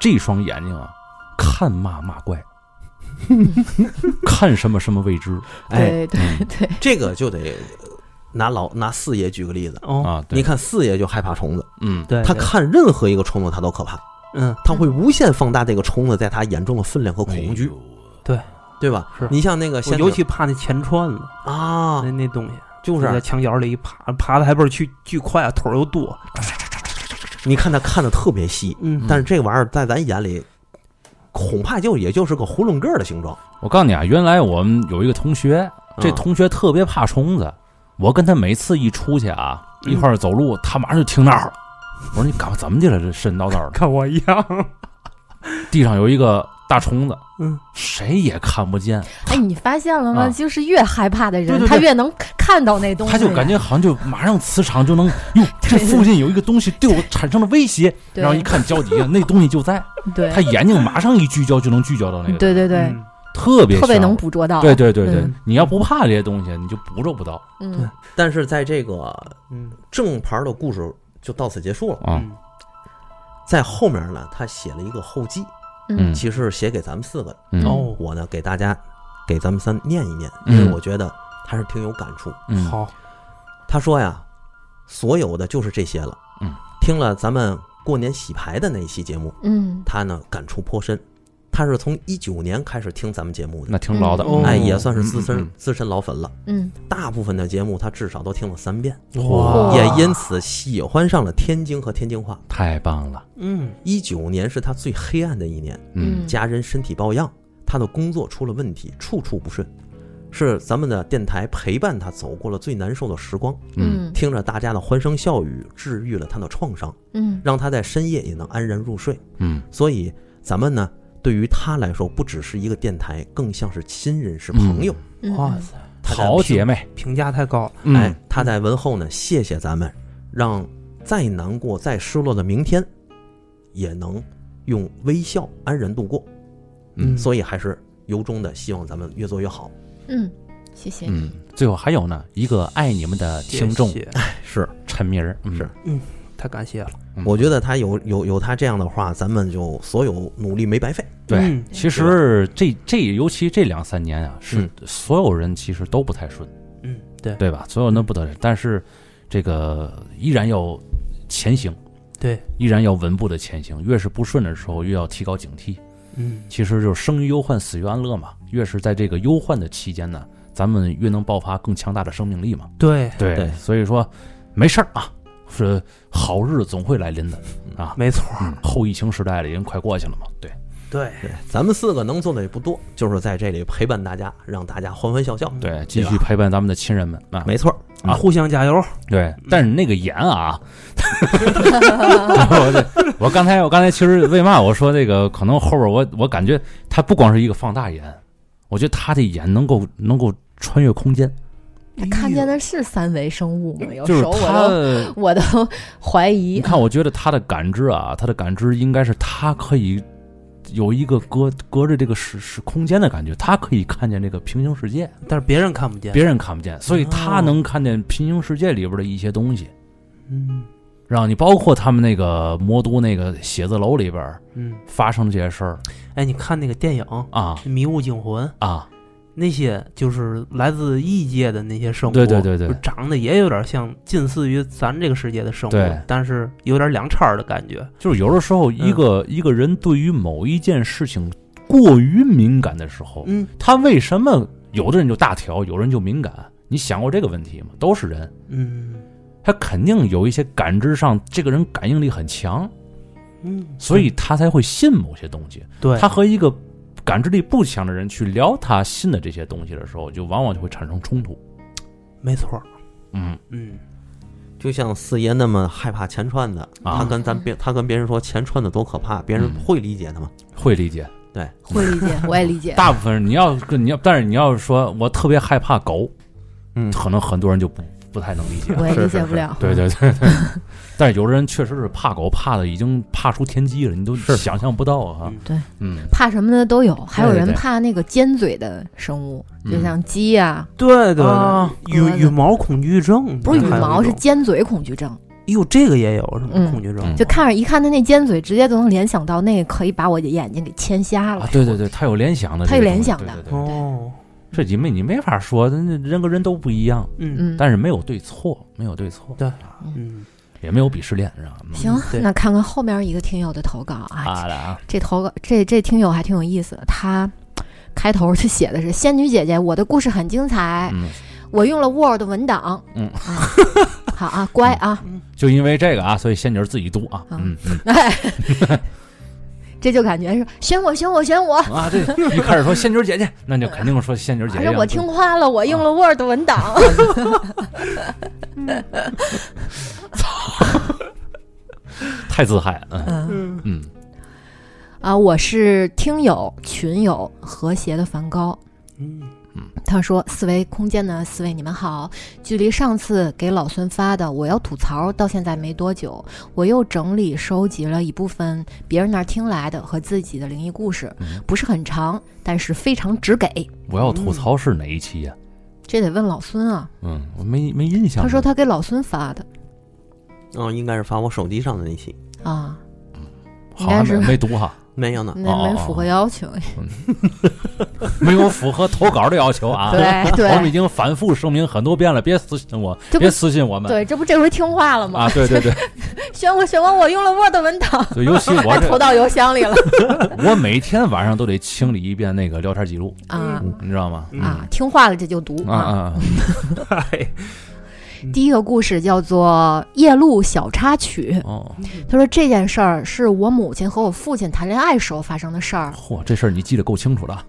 这双眼睛啊，看嘛嘛怪，
(laughs)
看什么什么未知
哎，
对对
嗯
对，
这个就得呃拿老拿四爷举个例子，
哦，
啊。对
你，看四爷就害怕虫子，
嗯，
对，
他
哎对，
看任何一个虫子他都可怕，
嗯，
他会无限放大这个虫子在他眼中的分量和恐惧
哎，呦
对吧
是？
你像那个
我
仙女
尤其怕那钱串子，
啊
那，那东西
就
在
是
墙角里一爬，爬的还倍儿巨巨快啊，腿儿又多，
你看他看的特别细，
嗯
但是这玩意儿在咱眼里，恐怕就也就是个囫囵个儿的形状。
我告诉你啊，原来我们有一个同学，这
嗯
同学特别怕虫子，我跟他每次一出去啊，
嗯
一块儿走路，他马上就听那儿了。我说你干嘛怎么去了？这神叨叨的。
跟我一样，
地上有一个大虫子，
嗯，
谁也看不见，
哎，你发现了吗？
啊
就是越害怕的
对对
人，
对
他越能看到那东西，
他就感觉好像就马上磁场就能，
(laughs)
哟，这附近有一个东西对我产生了威胁，
对
然后一看哎脚底下那东西就在，
(laughs) 对
他眼睛马上一聚焦就能聚焦到那个，
对对对，
嗯，
特别
特别
像
能，捕捉到，
对对对对
嗯，
你要不怕这些东西，你就捕捉不到
嗯，
但是在这个
嗯
正牌的故事就到此结束了，
啊，
嗯
在后面呢，他写了一个后记，
嗯
其实是写给咱们四个的。
嗯
哦，
我呢给大家给咱们三念一念，
嗯
因为我觉得还是挺有感触。
嗯
好，
他说呀，所有的就是这些了。
嗯，
听了咱们过年洗牌的那一期节目，
嗯
他呢感触颇深。他是从一九年开始听咱们节目的，
那挺老的，
嗯
哎，
哦
也算是资
嗯
深
嗯
资深老粉了。
嗯，
大部分的节目他至少都听了三遍，
哇
也因此喜欢上了天津和天津话。
嗯太棒了，
嗯
一九年是他最黑暗的一年，
嗯
嗯
家人身体抱恙，他的工作出了问题，处处不顺，是咱们的电台陪伴他走过了最难受的时光，
嗯，
嗯
听着大家的欢声笑语，治愈了他的创伤，
嗯
让他在深夜也能安然入睡。
嗯
所以，咱们呢，对于他来说，不只是一个电台，更像是亲人，是朋友。
嗯，
哇塞，
他在
好姐妹，
评价太高了，
嗯
哎，他在文后呢，谢谢咱们，让再难过、再失落的明天，也能用微笑安然度过。
嗯
所以还是由衷的希望咱们越做越好。
嗯，谢谢你，
嗯，最后还有呢，一个爱你们的听众
谢谢
是，
陈明儿，嗯
是
太感谢了，
嗯
我觉得他有有有他这样的话，咱们就所有努力没白费。
对。
嗯
其实这这尤其这两三年啊，是
嗯
所有人其实都不太顺，
嗯，对
对吧？所有人都不得，但是这个依然要前行，
对，
依然要稳步的前行。越是不顺的时候，越要提高警惕。
嗯
其实就是生于忧患，死于安乐嘛。越是在这个忧患的期间呢，咱们越能爆发更强大的生命力嘛。
对，
对
对
所以说没事儿啊，是好日子总会来临的啊。
没错儿，
嗯后疫情时代了，已经快过去了嘛。对，
对，
对，咱们四个能做的也不多，就是在这里陪伴大家，让大家欢欢笑笑。
对，继续陪伴咱们的亲人们啊。
没错儿，
嗯
啊，互相加油。
对，但是那个盐啊， (laughs) 我这我刚才我刚才其实为嘛我说这个，可能后边我我感觉它不光是一个放大眼，我觉得它的眼能够能够穿越空间，
看见的是三维生物吗？有
就是
时候我都 (laughs)
它，
我都怀
你
疑，
看，我觉得它的感知啊，它的感知应该是它可以有一个隔隔着这个时时空间的感觉，它可以看见这个平行世界，
但是别人看不见，
别人看不见，所以它
哦
能看见平行世界里边的一些东西。
嗯
让你包括他们那个魔都那个写字楼里边儿
嗯，
发生这些事儿
哎，你看那个电影《
啊
迷雾惊魂》，
啊，
那些就是来自异界的那些生物，
对对对对
就长得也有点像，近似于咱这个世界的生物
对，
但是有点两叉儿的感觉。
就是有的时候一个、一个人对于某一件事情过于敏感的时候，
嗯
他为什么有的人就大条，有人就敏感？你想过这个问题吗？都是人，
嗯
他肯定有一些感知上，这个人感应力很强，
嗯，
所以他才会信某些东西。
对
他和一个感知力不强的人去聊他信的这些东西的时候，就往往就会产生冲突。
没错儿，
嗯
嗯
就像四爷那么害怕钱串子，
啊
他跟
(laughs)
咱别他跟别人说钱串子多可怕，别人
嗯
会理解他吗？
会理解。
对，
会理解，我也理解。
大部分人你要跟你要，但是你要是说我特别害怕狗，
嗯
可能很多人就不不太能理解。
我也理
是
解
是
不了，
对对对对，但是有的人确实是怕狗，怕的已经怕出天机了，你都
是
想象不到啊
嗯。
对，
嗯，
怕什么的都有，还有
对对
人
对
怕那个尖嘴的生物，就
嗯
像鸡啊，
对对
啊
对，
鸽子
羽羽毛恐惧症
不是羽
嗯
还有一
毛，是
种
尖嘴恐惧症。
哟，这个也有是吗？
嗯
恐惧症
嗯
就看着一看它那尖嘴，直接都能联想到那个可以把我的眼睛给牵瞎了
啊，。对对对，他有联想的这
它
个东西，
有联想的
对对对
哦，
这你没你没法说，那人跟人都不一样，
嗯
嗯，
但是没有对错，没有对错，
对，嗯，
也没有鄙视链，是吧？嗯
行
对，
那看看后面一个听友的投稿啊，
啊的啊，
这投稿这这听友还挺有意思的，他。开头就写的是“仙女姐姐，我的故事很精彩，
嗯，
我用了 Word 文档。”
嗯
啊，好啊，乖啊，
就因为这个啊，所以仙女儿自己读啊，
啊
嗯嗯
哎，这就感觉是选我选我选我，
啊，这一开始说仙女儿姐姐，那就肯定说仙女儿姐啊
还
姐
是
啊，
我听话了，我用了 Word 文档。
太自嗨了， (laughs) 嗯
嗯
嗯。
啊，我是听友群友和谐的梵高，
嗯
他说：“四维空间的四位，你们好。距离上次给老孙发的我要吐槽到现在没多久，我又整理收集了一部分别人那儿听来的和自己的灵异故事
嗯，
不是很长，但是非常直给。
我要吐槽是哪一期呀、
这得问老孙啊，
嗯，我没没印象。
他说他给老孙发的
嗯，应该是发我手机上的那期，
啊，
好像
应该
没
是
没读哈，
没有
(laughs)
呢。
那
哦
没符合要求。
没有符合投稿的要求啊。(laughs)
(laughs) 对
我们已
对
经反复声明很多遍了，别私信我，
这不
别私信我们。
对，这不这回听话了吗 (laughs)
啊，？对对对，
选我选我，我用了 Word 文档，
就尤其我
(laughs) 还投
这，
到邮箱里
(laughs)
了
我每天晚上都得清理一遍那个聊天记录，
啊
你知道吗？
啊！听话了这就读
嗯啊啊，
哎，
第一个故事叫做《夜路小插曲》。 (laughs)
哦，
他说这件事儿是我母亲和我父亲谈恋爱时候发生的事儿。
嚯，这事儿你记得够清楚
(laughs)
了，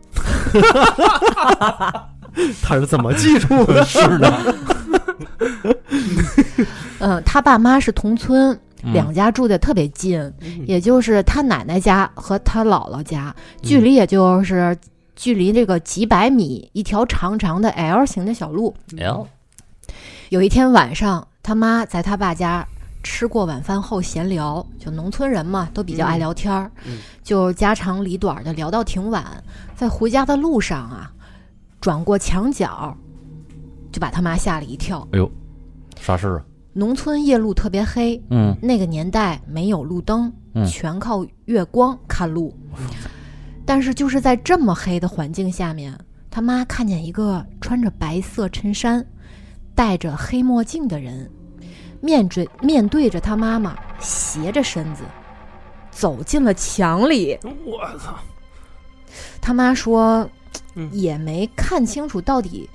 他是怎么记住 (laughs) 的？
是的，
嗯，他爸妈是同村，
嗯
两家住的特别近，
嗯
也就是他奶奶家和他姥姥家，距离也就是距离这个几百米，一条长长的 L 型的小路。
L
有一天晚上，他妈在他爸家吃过晚饭后闲聊，就农村人嘛，都比较爱聊天儿，
嗯
就家长里短的聊到挺晚。在回家的路上啊，转过墙角，就把他妈吓了一跳。
啥事儿啊？
农村夜路特别黑，
嗯，
那个年代没有路灯，
嗯
全靠月光看路。但是就是在这么黑的环境下面，他妈看见一个穿着白色衬衫、戴着黑墨镜的人，面对面对着他妈妈，斜着身子走进了墙里。
嗯我操，
他妈说，
嗯
也没看清楚到底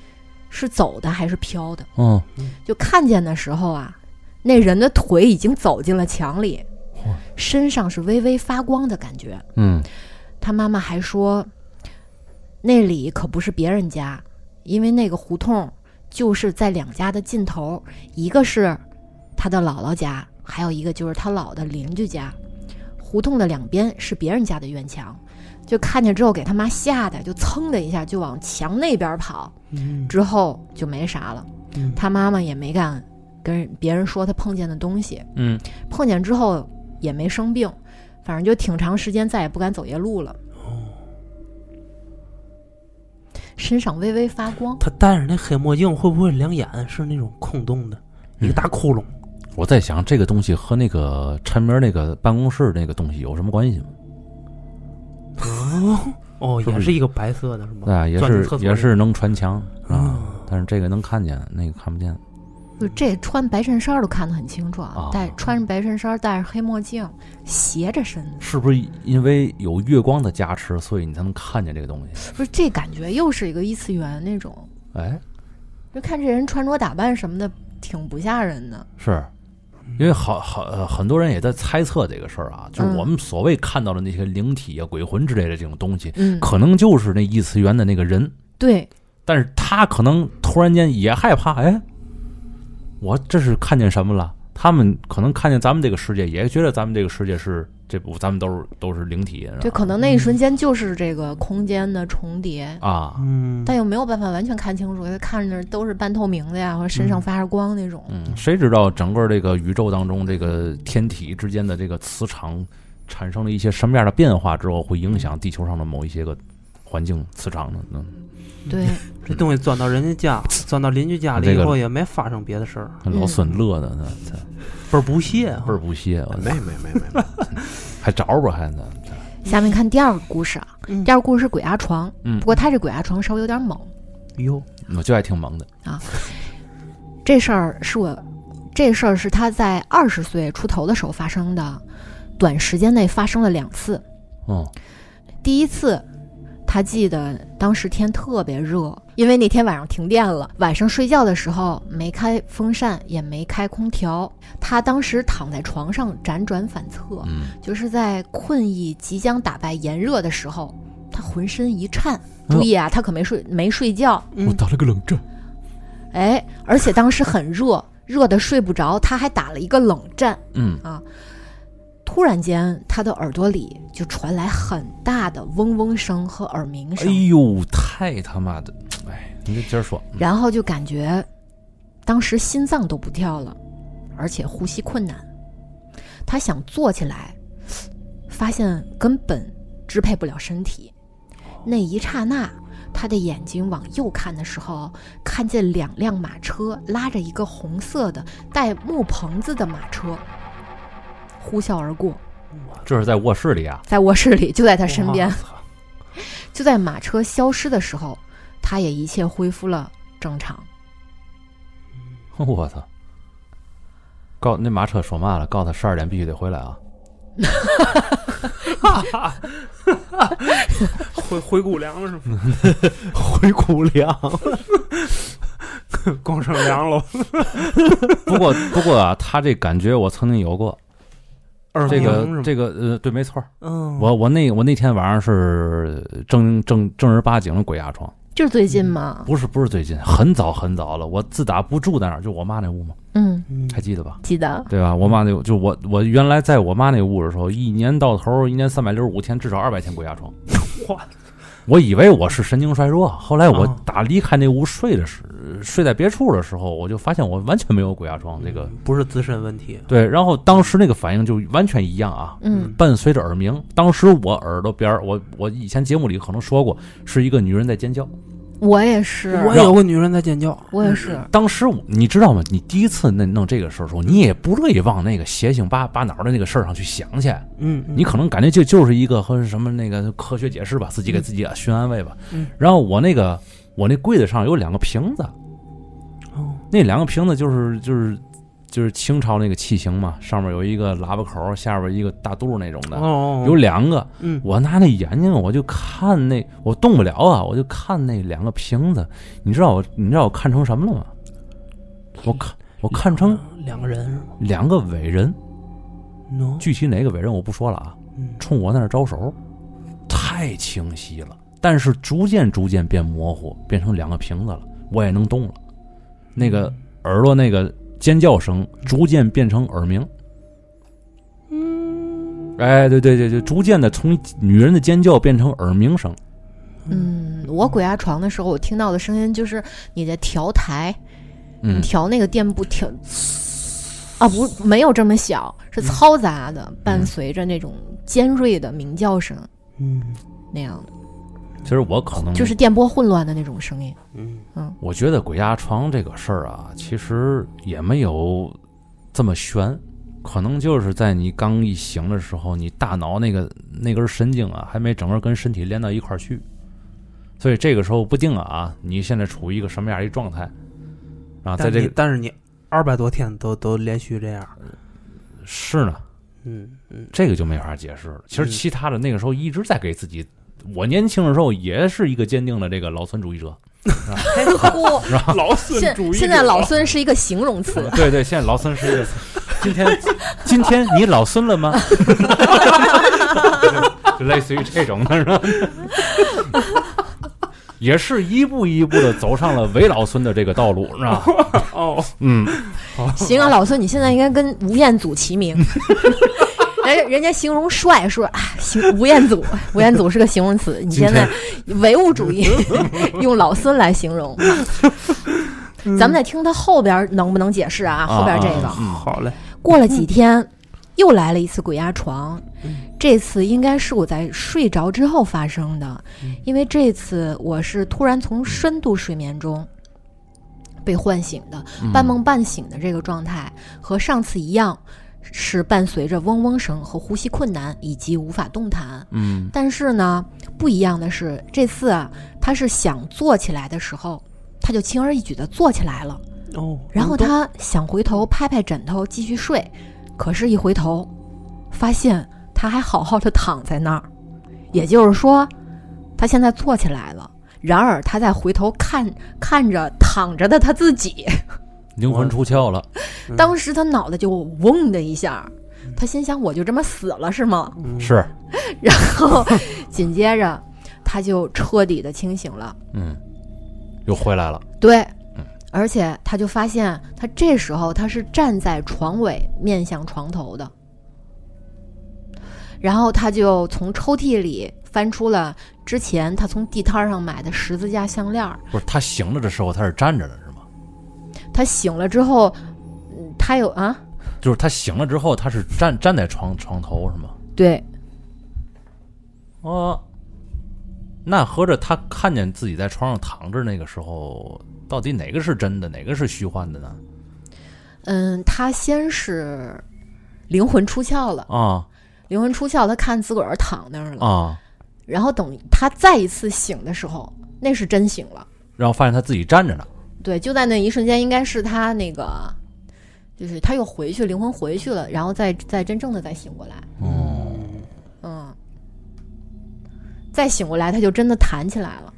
是走的还是飘的，
嗯，
就看见的时候啊，那人的腿已经走进了墙里
哇，
身上是微微发光的感觉。
嗯，
他妈妈还说，那里可不是别人家，因为那个胡同就是在两家的尽头，一个是他的姥姥家，还有一个就是他姥的邻居家。胡同的两边是别人家的院墙，就看见之后给他妈吓得，就噌的一下就往墙那边跑，
嗯
之后就没啥了。
嗯
他妈妈也没敢跟别人说他碰见的东西，
嗯，
碰见之后也没生病，反正就挺长时间再也不敢走夜路了。身上微微发光，
他戴着那黑墨镜，会不会两眼是那种空洞的，
嗯
一个大窟窿？
我在想这个东西和那个抻边那个办公室那个东西有什么关系吗？
哦，
是不
也
是
是一个白色的，是吗？
对啊，也
钻进厕
是
所里
也是能穿墙啊，
啊，
但是这个能看见，那个看不见。
就这穿白衬衫儿都看得很清楚
哦
啊！戴穿着白衬衫儿，戴着黑墨镜，斜着身子，
是不是因为有月光的加持，所以你才能看见这个东西？
不是这感觉又是一个异次元那种。
哎，
就看这人穿着打扮什么的，挺不吓人的。
是因为好好呃很多人也在猜测这个事儿啊，就是
嗯
我们所谓看到的那些灵体啊、鬼魂之类的这种东西，
嗯，
可能就是那异次元的那个人，
对，
但是他可能突然间也害怕，哎，我这是看见什么了？他们可能看见咱们这个世界，也觉得咱们这个世界是这不，咱们都是都是灵体，是吧
对，可能那一瞬间就是这个空间的重叠，
啊，
嗯，
但又没有办法完全看清楚，因为看着都是半透明的呀，或者身上
嗯
发着光那种。
嗯，谁知道整个这个宇宙当中，这个天体之间的这个磁场产生了一些什么样的变化之后，会影响地球上的某一些个环境磁场呢？嗯，
对，
这东西钻到人家
(laughs)
家，钻到邻居家
这
里以
个
后也没发生别的事儿，
嗯
老孙乐的呢，他
倍儿不屑啊
倍儿不屑，我
没没没没没，
还找吧还呢，
(laughs) 下面看第二个故事啊，
嗯
第二个故事是鬼压床，
嗯
不过他这鬼压床稍微有点猛。
哟，
我就爱听萌的，
这事儿是我，这事儿是他在二十岁出头的时候发生的，短时间内发生了两次。
嗯
第一次，他记得当时天特别热，因为那天晚上停电了，晚上睡觉的时候没开风扇，也没开空调。他当时躺在床上辗转反侧，
嗯，
就是在困意即将打败炎热的时候，他浑身一颤。注意啊，他可没睡没睡觉，
我打了个冷战，
哎，而且当时很热，热的睡不着，他还打了一个冷战。
嗯
突然间，他的耳朵里就传来很大的嗡嗡声和耳鸣
哎
声，
呦，太他妈的，哎，你就接着说，
然后就感觉当时心脏都不跳了，而且呼吸困难。他想坐起来，发现根本支配不了身体。那一刹那，他的眼睛往右看的时候，看见两辆马车拉着一个红色的带木棚子的马车呼啸而过，
这是在卧室里啊， (laughs)
在卧室里，就在他
他
身边。就在马车消失的时候，他也一切恢复了正常。
我操！告那马车说嘛了？告诉他十二点必须得回来啊！
(laughs) 灰灰姑娘是
(laughs)
吗？
灰姑娘，
光剩凉了，
不过不过啊，他这感觉我曾经有过，
耳
这
鸣
个
是吗
这个呃，对，没错儿，
嗯，
我我那我那天晚上是正正正儿八经的鬼压床，
就是最近嘛，
不是不是最近，很早很早了。我自打不住在那儿，就我妈那屋嘛，
嗯，
嗯
还记得吧？
记得，
对吧？我妈那就我我原来在我妈那屋的时候，一年到头，一年三百六十五天，至少二百天鬼压
(laughs)
床。
哇！
我以为我是神经衰弱，后来我
啊
打离开那屋睡的时，睡在别处的时候，我就发现我完全没有鬼压床这个。
嗯不是自身问题，
对，然后当时那个反应就完全一样啊，
嗯，
伴随着耳鸣。当时我耳朵边儿，我我以前节目里可能说过，是一个女人在尖叫。
我也是，嗯
我有个女人在尖叫，
我也是，
当时我你知道吗？你第一次那弄这个事儿的时候，你也不乐意往那个邪性八八脑的那个事儿上去想去，
嗯，嗯
你可能感觉就就是一个和什么那个科学解释吧，自己给自己啊寻安慰吧。
嗯
然后我那个我那柜子上有两个瓶子，
哦
那两个瓶子就是就是就是清朝那个器型嘛，上面有一个喇叭口，下边一个大肚儿那种的，
哦，
有两个。
嗯
我拿那眼睛，我就看那，我动不了啊，我就看那两个瓶子。你知道我，你知道我看成什么了吗？我看，我看成
两个人是吗
两个伟人，
？no，
具体哪个伟人我不说了啊，
嗯
冲我那儿招手，太清晰了，但是逐渐逐渐变模糊，变成两个瓶子了，我也能动了。那个耳朵那个尖叫声逐渐变成耳鸣。嗯，哎，对对对对，逐渐的从女人的尖叫变成耳鸣声。
嗯，我鬼压床的时候，我听到的声音就是你在调台，
嗯，
调那个电布调，啊，不是没有这么小，是嘈杂的，伴随着那种尖锐的鸣叫声
嗯
那样的，
其实我可能
就是电波混乱的那种声 (laughs) 音。
嗯
我觉得鬼压床这个事儿啊，其实也没有这么悬，可能就是在你刚一醒的时候，你大脑那个那根神经啊，还没整个跟身体连到一块儿去，所以这个时候不定啊，你现在处于一个什么样一状态啊？在
但
这
你
个
但是你二百多天都都连续这样，
是呢，
嗯嗯
这个就没法解释了。其实
嗯
其他的那个时候一直在给自己，我年轻的时候也是一个坚定的这个老孙主义者，
呼，
老
现现在老孙是一个形容词，
对对，现在老孙是一
(laughs)
个，今天今天你老孙了吗？就类似于这种的，是吧？也是一步一步的走上了伪老孙的这个道路，是
(laughs)
吧？
哦，
嗯，
行啊，老孙，你现在应该跟吴彦祖齐名。人家人家形容帅说啊，形吴彦祖，吴彦祖是个形容词。你现在唯物主义 (laughs) 用老孙来形容，咱们再听他后边能不能解释啊？后边这个
啊嗯
好嘞，
过了几天，又来了一次鬼压床，这次应该是我在睡着之后发生的，因为这次我是突然从深度睡眠中被唤醒的，半梦半醒的这个状态和上次一样，是伴随着嗡嗡声和呼吸困难以及无法动弹。
嗯
但是呢，不一样的是，这次啊，他是想坐起来的时候，他就轻而易举的坐起来了。
哦，
然后
都
他想回头拍拍枕头继续睡，可是，一回头，发现他还好好的躺在那儿，也就是说，他现在坐起来了。然而，他再回头看看着躺着的他自己，
灵魂出窍了，
嗯
当时他脑袋就嗡的一下，他心想：我就这么死了是吗？ (laughs)
嗯
是，
然后紧接着他就彻底的清醒了。
嗯，又回来了，
对
嗯，
而且他就发现，他这时候他是站在床尾面向床头的，然后他就从抽屉里翻出了之前他从地摊上买的十字架项链儿。
不是他醒了的时候他是站着的，是吗？
他醒了之后，嗯他有啊，
就是他醒了之后他是站站在床床头是吗？
对，
哦，那合着他看见自己在床上躺着那个时候，到底哪个是真的，哪个是虚幻的呢？
嗯，他先是灵魂出窍了，
啊
灵魂出窍，他看自个儿躺那儿了，
啊！
然后等他再一次醒的时候，那是真醒了。
然后发现他自己站着呢。
对，就在那一瞬间，应该是他那个，就是他又回去，灵魂回去了，然后再再真正的再醒过来，
哦，
嗯，再醒过来，他就真的弹起来了，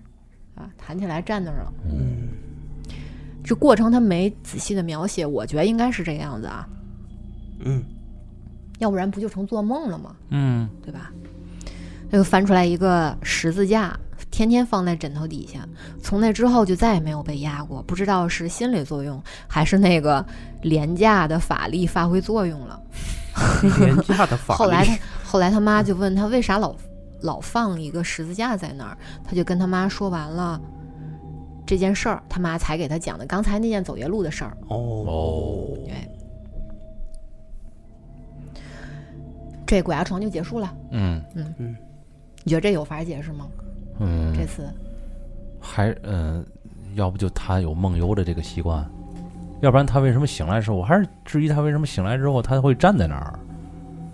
啊，弹起来站那儿了。
嗯
这过程他没仔细的描写，我觉得应该是这个样子啊，
嗯
要不然不就成做梦了吗？
嗯
对吧？他又翻出来一个十字架，天天放在枕头底下。从那之后就再也没有被压过，不知道是心理作用还是那个廉价的法力发挥作用了。
廉价的法
(laughs)
力，
后来他后来他妈就问他为啥老老放一个十字架在那儿，他就跟他妈说完了这件事儿，他妈才给他讲的刚才那件走夜路的事儿。
哦
对，这鬼压床就结束了。
嗯
你觉得这有法解释吗？这
嗯，
次
还嗯、要不就他有梦游的这个习惯，要不然他为什么醒来的时候，我还是质疑他为什么醒来之后他会站在那儿，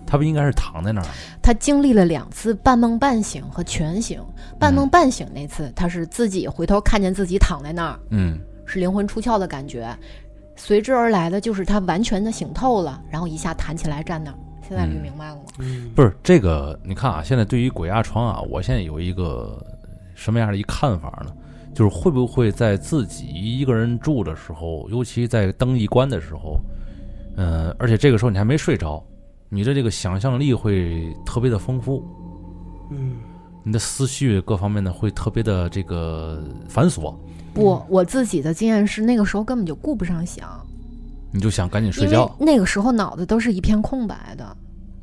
他不应该是躺在那儿？
他经历了两次半梦半醒和全醒。
嗯
半梦半醒那次，他是自己回头看见自己躺在那儿，
嗯
是灵魂出窍的感觉，随之而来的就是他完全的醒透了，然后一下弹起来站那儿。现在捋
嗯
明白了吗？
嗯
不是这个，你看啊，现在对于鬼压床啊，我现在有一个什么样的一看法呢？就是会不会在自己一个人住的时候，尤其在灯一关的时候，嗯、而且这个时候你还没睡着，你的这个想象力会特别的丰富，
嗯
你的思绪各方面的会特别的这个繁琐，
不，我自己的经验是，那个时候根本就顾不上想，
你就想赶紧睡
因
觉
为那个时候脑子都是一片空白的，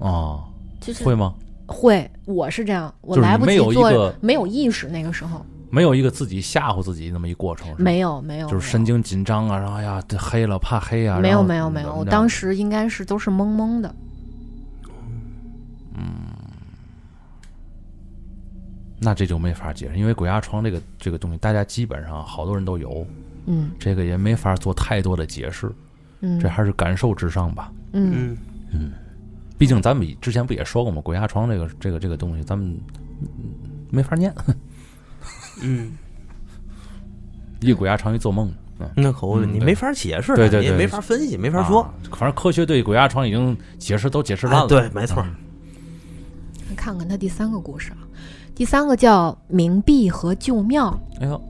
啊、
就是
会吗？
会，我是这样，我
就是
来
你
不
没
及
有一
做
个，
没有意识。那个时候
没有一个自己吓唬自己那么一过程，是吧
没有，没有，
就是神经紧张啊，然后哎呀，这黑了怕黑啊，
没有，
然后
没有，没有。
怎
我
么着
当时应该是都是懵懵的，
那这就没法解释，因为鬼压床这个这个东西，大家基本上好多人都有，
嗯
这个也没法做太多的解释，
嗯
这还是感受至上吧。
嗯
嗯，
毕竟咱们以之前不也说过吗？鬼压床这个这个这个东西，咱们嗯没法念，
嗯，
一鬼压床一做梦。嗯，
那可不，
嗯
你
对
没法解释，
对对
你也
对
没法分析，没法说
啊。反正科学对鬼压床已经解释都解释烂
哎
了。嗯
对，没错，
看看他第三个故事啊，第三个叫冥币和旧庙。
哎呦，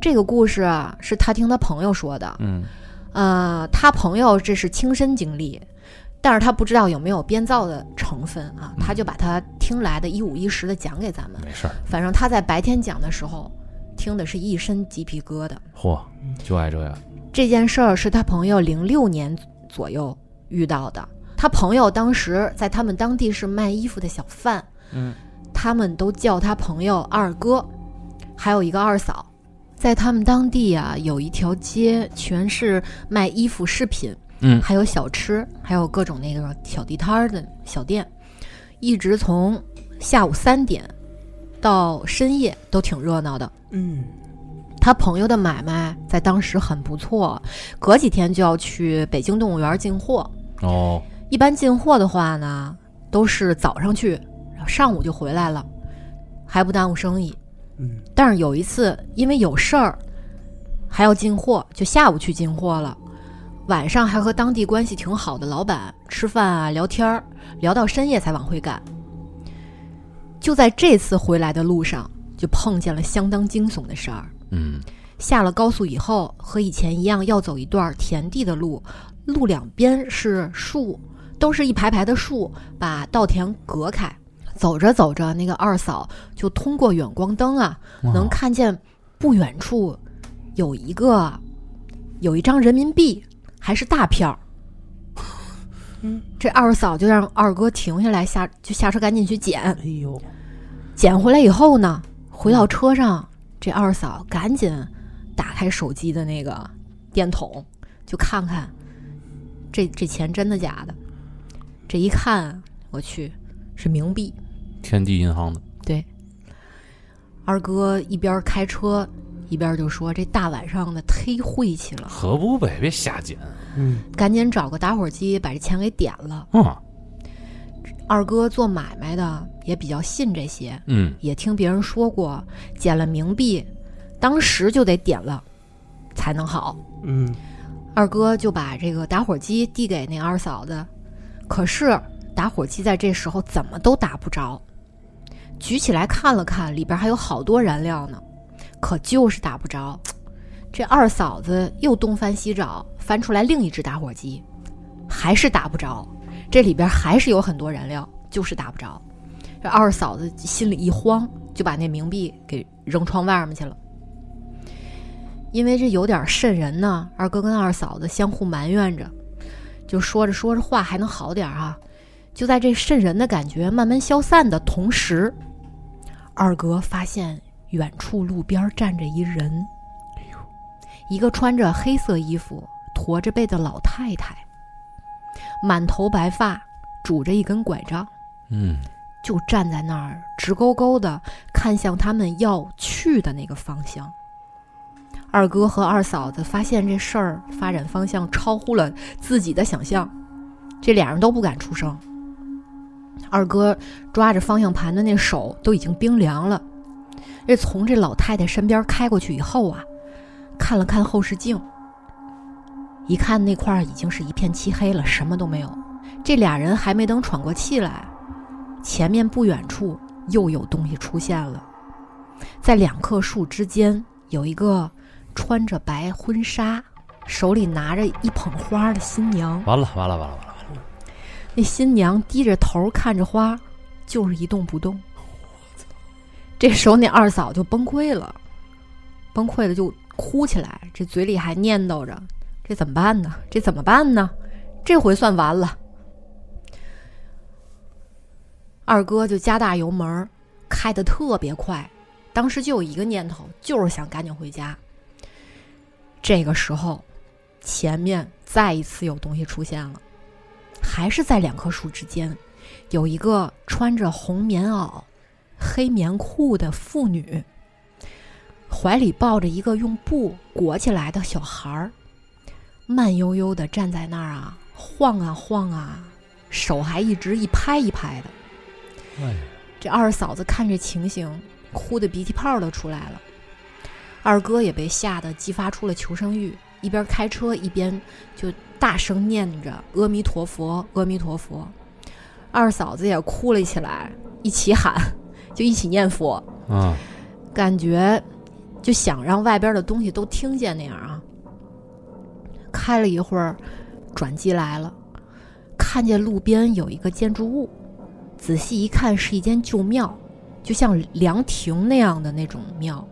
这个故事啊，是他听他朋友说的，
嗯
呃，他朋友这是亲身经历，但是他不知道有没有编造的成分啊，他就把他听来的一五一十的讲给咱们。
没事儿，
反正他在白天讲的时候，听的是一身鸡皮疙瘩。
嚯，就爱这样。
这件事儿是他朋友零六年左右遇到的。他朋友当时在他们当地是卖衣服的小贩，
嗯，
他们都叫他朋友二哥，还有一个二嫂。在他们当地啊，有一条街全是卖衣服饰品，
嗯
还有小吃，还有各种那个小地摊儿的小店，一直从下午三点到深夜都挺热闹的。
嗯，
他朋友的买卖在当时很不错，隔几天就要去北京动物园进货。
哦，
一般进货的话呢，都是早上去，然后上午就回来了，还不耽误生意。
嗯，
但是有一次因为有事儿，还要进货，就下午去进货了。晚上还和当地关系挺好的老板吃饭啊、聊天儿，聊到深夜才往回赶。就在这次回来的路上，就碰见了相当惊悚的事儿。
嗯
下了高速以后，和以前一样要走一段田地的路，路两边是树，都是一排排的树，把稻田隔开。走着走着，那个二嫂就通过远光灯啊，
哇
能看见不远处有一个有一张人民币，还是大票。
嗯，
这二嫂就让二哥停下来下，就下车赶紧去捡。
哎呦，
捡回来以后呢，回到车上，这二嫂赶紧打开手机的那个电筒，就看看这这钱真的假的。这一看，我去，是冥币。
天地银行的，
对，二哥一边开车一边就说：“这大晚上的忒晦气了，
可不呗，别瞎捡
嗯
赶紧找个打火机把这钱给点了。
啊。”
二哥做买卖的也比较信这些，
嗯，
也听别人说过，捡了冥币，当时就得点了，才能好。
嗯，
二哥就把这个打火机递给那二嫂子，可是打火机在这时候怎么都打不着，举起来看了看，里边还有好多燃料呢，可就是打不着。这二嫂子又东翻西找，翻出来另一只打火机，还是打不着，这里边还是有很多燃料，就是打不着。这二嫂子心里一慌，就把那冥币给扔窗外面去了。因为这有点瘆人呢，二哥跟二嫂子相互埋怨着，就说着说着话还能好点儿啊。就在这瘆人的感觉慢慢消散的同时，二哥发现远处路边站着一人，一个穿着黑色衣服、驼着背的老太太，满头白发，拄着一根拐杖，
嗯，
就站在那儿直勾勾的看向他们要去的那个方向。二哥和二嫂子发现这事儿发展方向超乎了自己的想象，这俩人都不敢出声。二哥抓着方向盘的那手都已经冰凉了。这从这老太太身边开过去以后啊，看了看后视镜，一看那块儿已经是一片漆黑了，什么都没有。这俩人还没等喘过气来，前面不远处又有东西出现了，在两棵树之间有一个穿着白婚纱、手里拿着一捧花的新娘。
完了完了完了完了，
那新娘低着头看着花，就是一动不动。这时候那二嫂就崩溃了，崩溃了就哭起来，这嘴里还念叨着：“这怎么办呢？这怎么办呢？这回算完了。”二哥就加大油门儿，开得特别快。当时就有一个念头，就是想赶紧回家。这个时候，前面再一次有东西出现了，还是在两棵树之间，有一个穿着红棉袄、黑棉裤的妇女，怀里抱着一个用布裹起来的小孩儿，慢悠悠的站在那儿啊，晃啊晃啊，手还一直一拍一拍的。
哎呀，
这二嫂子看这情形，哭得鼻涕泡都出来了。二哥也被吓得激发出了求生欲，一边开车一边就大声念着“阿弥陀佛，阿弥陀佛”。二嫂子也哭了起来，一起喊，就一起念佛，
啊，
感觉就想让外边的东西都听见那样啊。开了一会儿，转机来了，看见路边有一个建筑物，仔细一看是一间旧庙，就像凉亭那样的那种庙。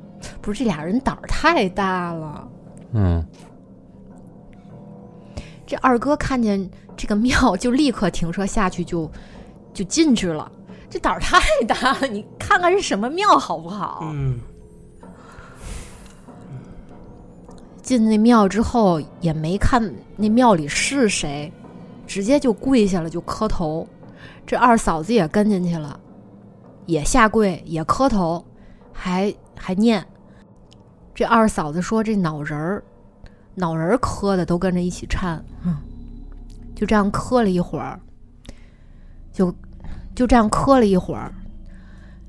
不是这俩人胆儿太大了，
嗯，
这二哥看见这个庙就立刻停车下去就就进去了，这胆儿太大了，你看看是什么庙好不好？
嗯，
进那庙之后也没看那庙里是谁，直接就跪下了，就磕头。这二嫂子也跟进去了，也下跪，也磕头，还还念。这二嫂子说：“这脑仁儿，脑仁儿磕的都跟着一起颤。”嗯，就这样磕了一会儿，就就这样磕了一会儿，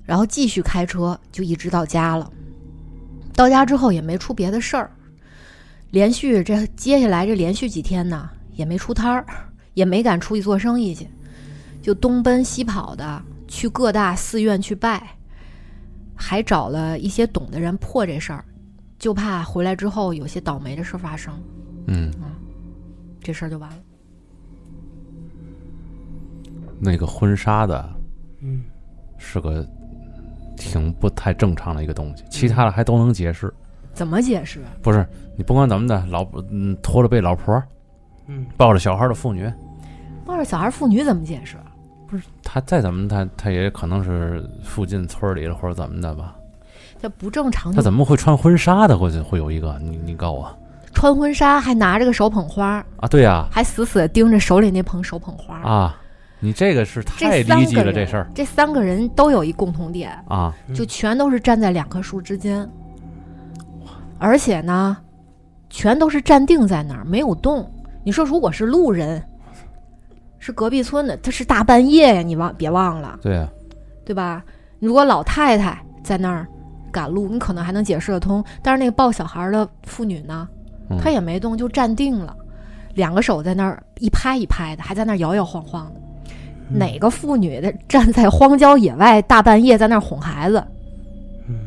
然后继续开车，就一直到家了。到家之后也没出别的事儿，连续这接下来这连续几天呢，也没出摊儿， (laughs) 也没敢出去做生意去，就东奔西跑的去各大寺院去拜，还找了一些懂的人破这事儿，就怕回来之后有些倒霉的事儿发生，
嗯，
这事儿就完了。
那个婚纱的，
嗯，
是个嗯挺不太正常的一个东西，其他的还都能解释。
怎么解释？啊
不是你甭管怎么的，老婆嗯拖着被老婆，
嗯，
抱着小孩的妇女，
抱着小孩妇女怎么解释？啊
她再怎么她她也可能是附近村里的或者怎么的吧。
这不正常
她
就
怎么会穿婚纱的？会会有一个你你告诉我
穿婚纱，还拿着个手捧花，
啊？对呀
还死死地盯着手里那捧手捧花。
啊你这个是太
这
低
三
级
个
了
人，
这事儿
这三个人都有一共同点，
啊！
嗯
就全都是站在两棵树之间，而且呢，全都是站定在那儿没有动。你说如果是路人，是隔壁村的，他是大半夜呀，你忘别忘了，
对呀、
对吧？你如果老太太在那儿赶路，你可能还能解释得通，但是那个抱小孩的妇女呢，
嗯
她也没动，就站定了，两个手在那儿一拍一拍的，还在那儿摇摇晃晃的。
嗯
哪个妇女的站在荒郊野外大半夜在那儿哄孩子？
嗯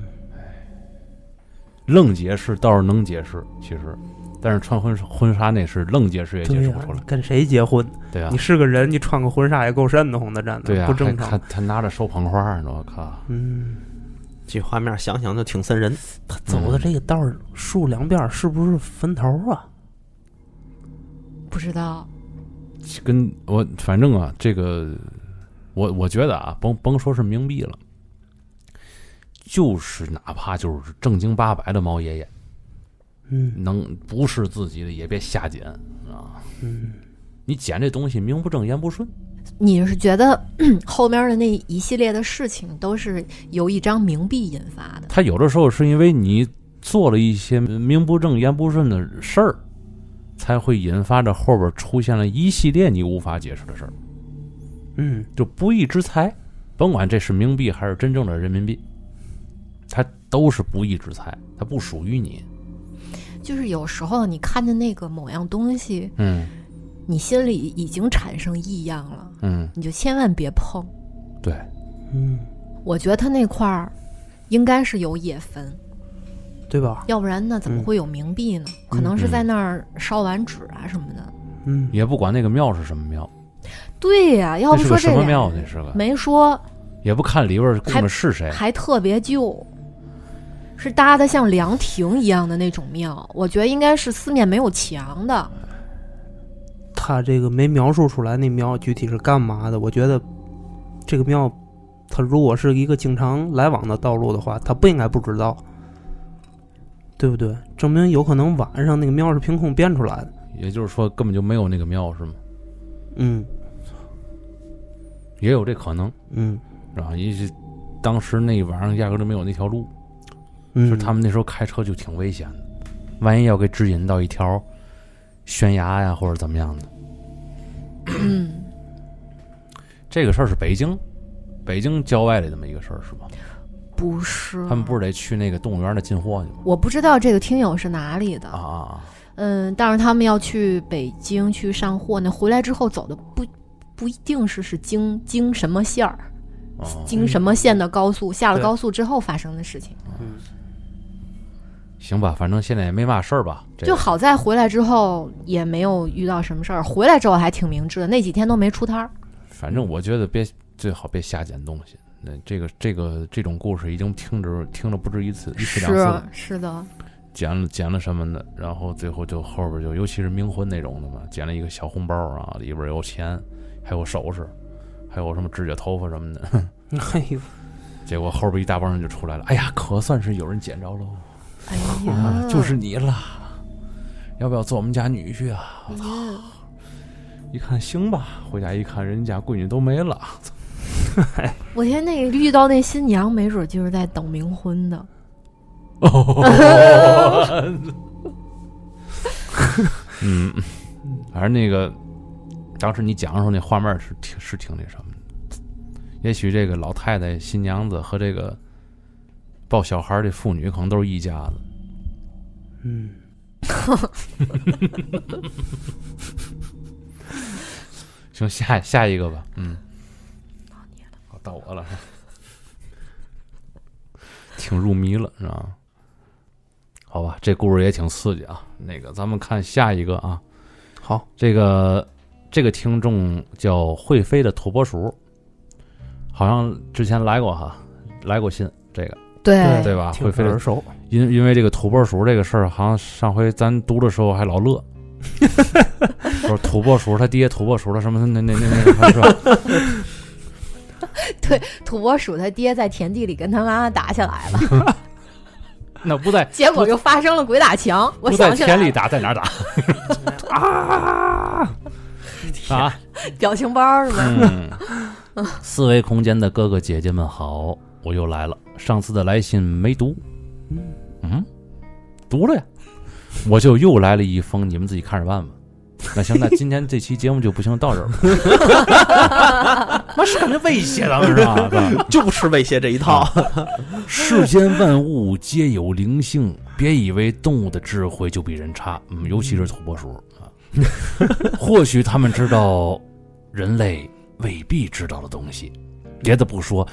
愣解释倒是能解释，其实，但是穿婚婚纱那是愣解释也解
对
释
呀
不出来，，
跟谁结婚？
对呀、啊
你是个人，你穿个婚纱也够瘆得慌的，啊站的
对呀、啊
不正
他
常。
他拿着手捧花呢，我靠！
嗯，
这画面想想就挺瘆人。 (laughs)
他走
嗯
的这个道儿，树两边儿是不是坟头啊？
不知道，
跟我反正啊，这个我我觉得啊，甭甭说是冥币了，就是哪怕就是正经八百的毛爷爷，
嗯
能不是自己的也别瞎捡啊！
嗯，
你捡这东西名不正言不顺，
你是觉得 (clears throat) 后面的那一系列的事情都是由一张冥币引发的？
他有的时候是因为你做了一些名不正言不顺的事儿，才会引发着后边出现了一系列你无法解释的事儿，
嗯
就不义之财，甭管这是冥币还是真正的人民币，它都是不义之财，它不属于你。
就是有时候你看见那个某样东西，
嗯
你心里已经产生异样了，
嗯，
你就千万别碰。
对，
嗯，
我觉得他那块儿应该是有野坟，
对吧？
要不然呢怎么
嗯
会有冥币呢？可能是在那儿烧完纸啊什么的。
嗯，
也不管那个庙是什么庙，
对呀、要
那
不
是
哦
个
说
什
这
么啊
俩
庙？那是个
没说，
也不看里边供
还
的是谁，
还特别旧，是搭的像凉亭一样的那种庙，我觉得应该是四面没有墙的。
他这个没描述出来那庙具体是干嘛的。我觉得这个庙，他如果是一个经常来往的道路的话，他不应该不知道，对不对？证明有可能晚上那个庙是凭空变出来的。
也就是说根本就没有那个庙是吗？
嗯
也有这可能，
嗯
然后也许当时那一晚上压根儿就没有那条路，
嗯，
就是他们那时候开车就挺危险的，万一要给指引到一条悬崖呀或者怎么样的。
嗯，
这个事儿是北京，北京郊外的这么一个事儿是吧？
不是，
他们不是得去那个动物园那进货去吗？
我不知道这个听友是哪里的
啊啊啊！
嗯，但是他们要去北京去上货呢，回来之后走的不不一定是是京京什么线儿，
哦，
京什么线的高速，下了
对
高速之后发生的事情。
行吧，反正现在也没嘛事儿吧。这
就
个、
好在回来之后也没有遇到什么事儿，回来之后还挺明智的，那几天都没出摊儿。
反正我觉得别最好别瞎捡东西。那这个这个这种故事已经听着听了不止一次，一次两次
是啊
了，
是的，
捡了捡了什么的，然后最后就后边就尤其是冥婚那种的嘛，捡了一个小红包啊，里边有钱，还有首饰，还有什么指甲、头发什么的。
(laughs)
(laughs)
哎呦，
结果后边一大帮人就出来了，哎呀，可算是有人捡着喽，
哎
啊
呀，
就是你了，要不要做我们家女婿啊？
嗯
一看行吧，回家一看人家闺女都没了，
我天，那个遇到那新娘，没准就是在等冥婚的。
(laughs) 嗯，反正那个当时你讲的时候，那画面是挺是挺那什么的。也许这个老太太、新娘子和这个抱小孩儿的妇女可能都是一家子。
嗯，
行，下下一个吧。嗯，好，到我了， (laughs) 挺入迷了，是吧？好吧，这故事也挺刺激啊。那个，咱们看下一个啊。
好，
这个这个听众叫会飞的土拨鼠，好像之前来过哈，来过信这个
对
对吧？
挺
啊会飞的
耳，熟，
因因为这个土拨鼠这个事儿，好像上回咱读的时候还老乐。说土拨鼠他爹土拨鼠他什么那那那那那是吧？
土拨鼠他爹在田地里跟他妈妈打起来了，
那不在
结果就发生了鬼打墙。我
不在
想起来
田里
了，
打，在哪儿打啊？
表情包是吗？
嗯，四维空间的哥哥姐姐们好，我又来了。上次的来信没读，
嗯
嗯，读了呀，我就又来了一封，你们自己看着办吧。那行，那今天这期节目就不行，到这儿吧。妈是感觉威胁咱们是吧？ (laughs)
就吃威胁这一套。
啊
(laughs)
世间万物皆有灵性， (laughs) 别以为动物的智慧就比人差，嗯，尤其是土拨鼠啊。 (laughs) 或许他们知道人类未必知道的东西，别的不说，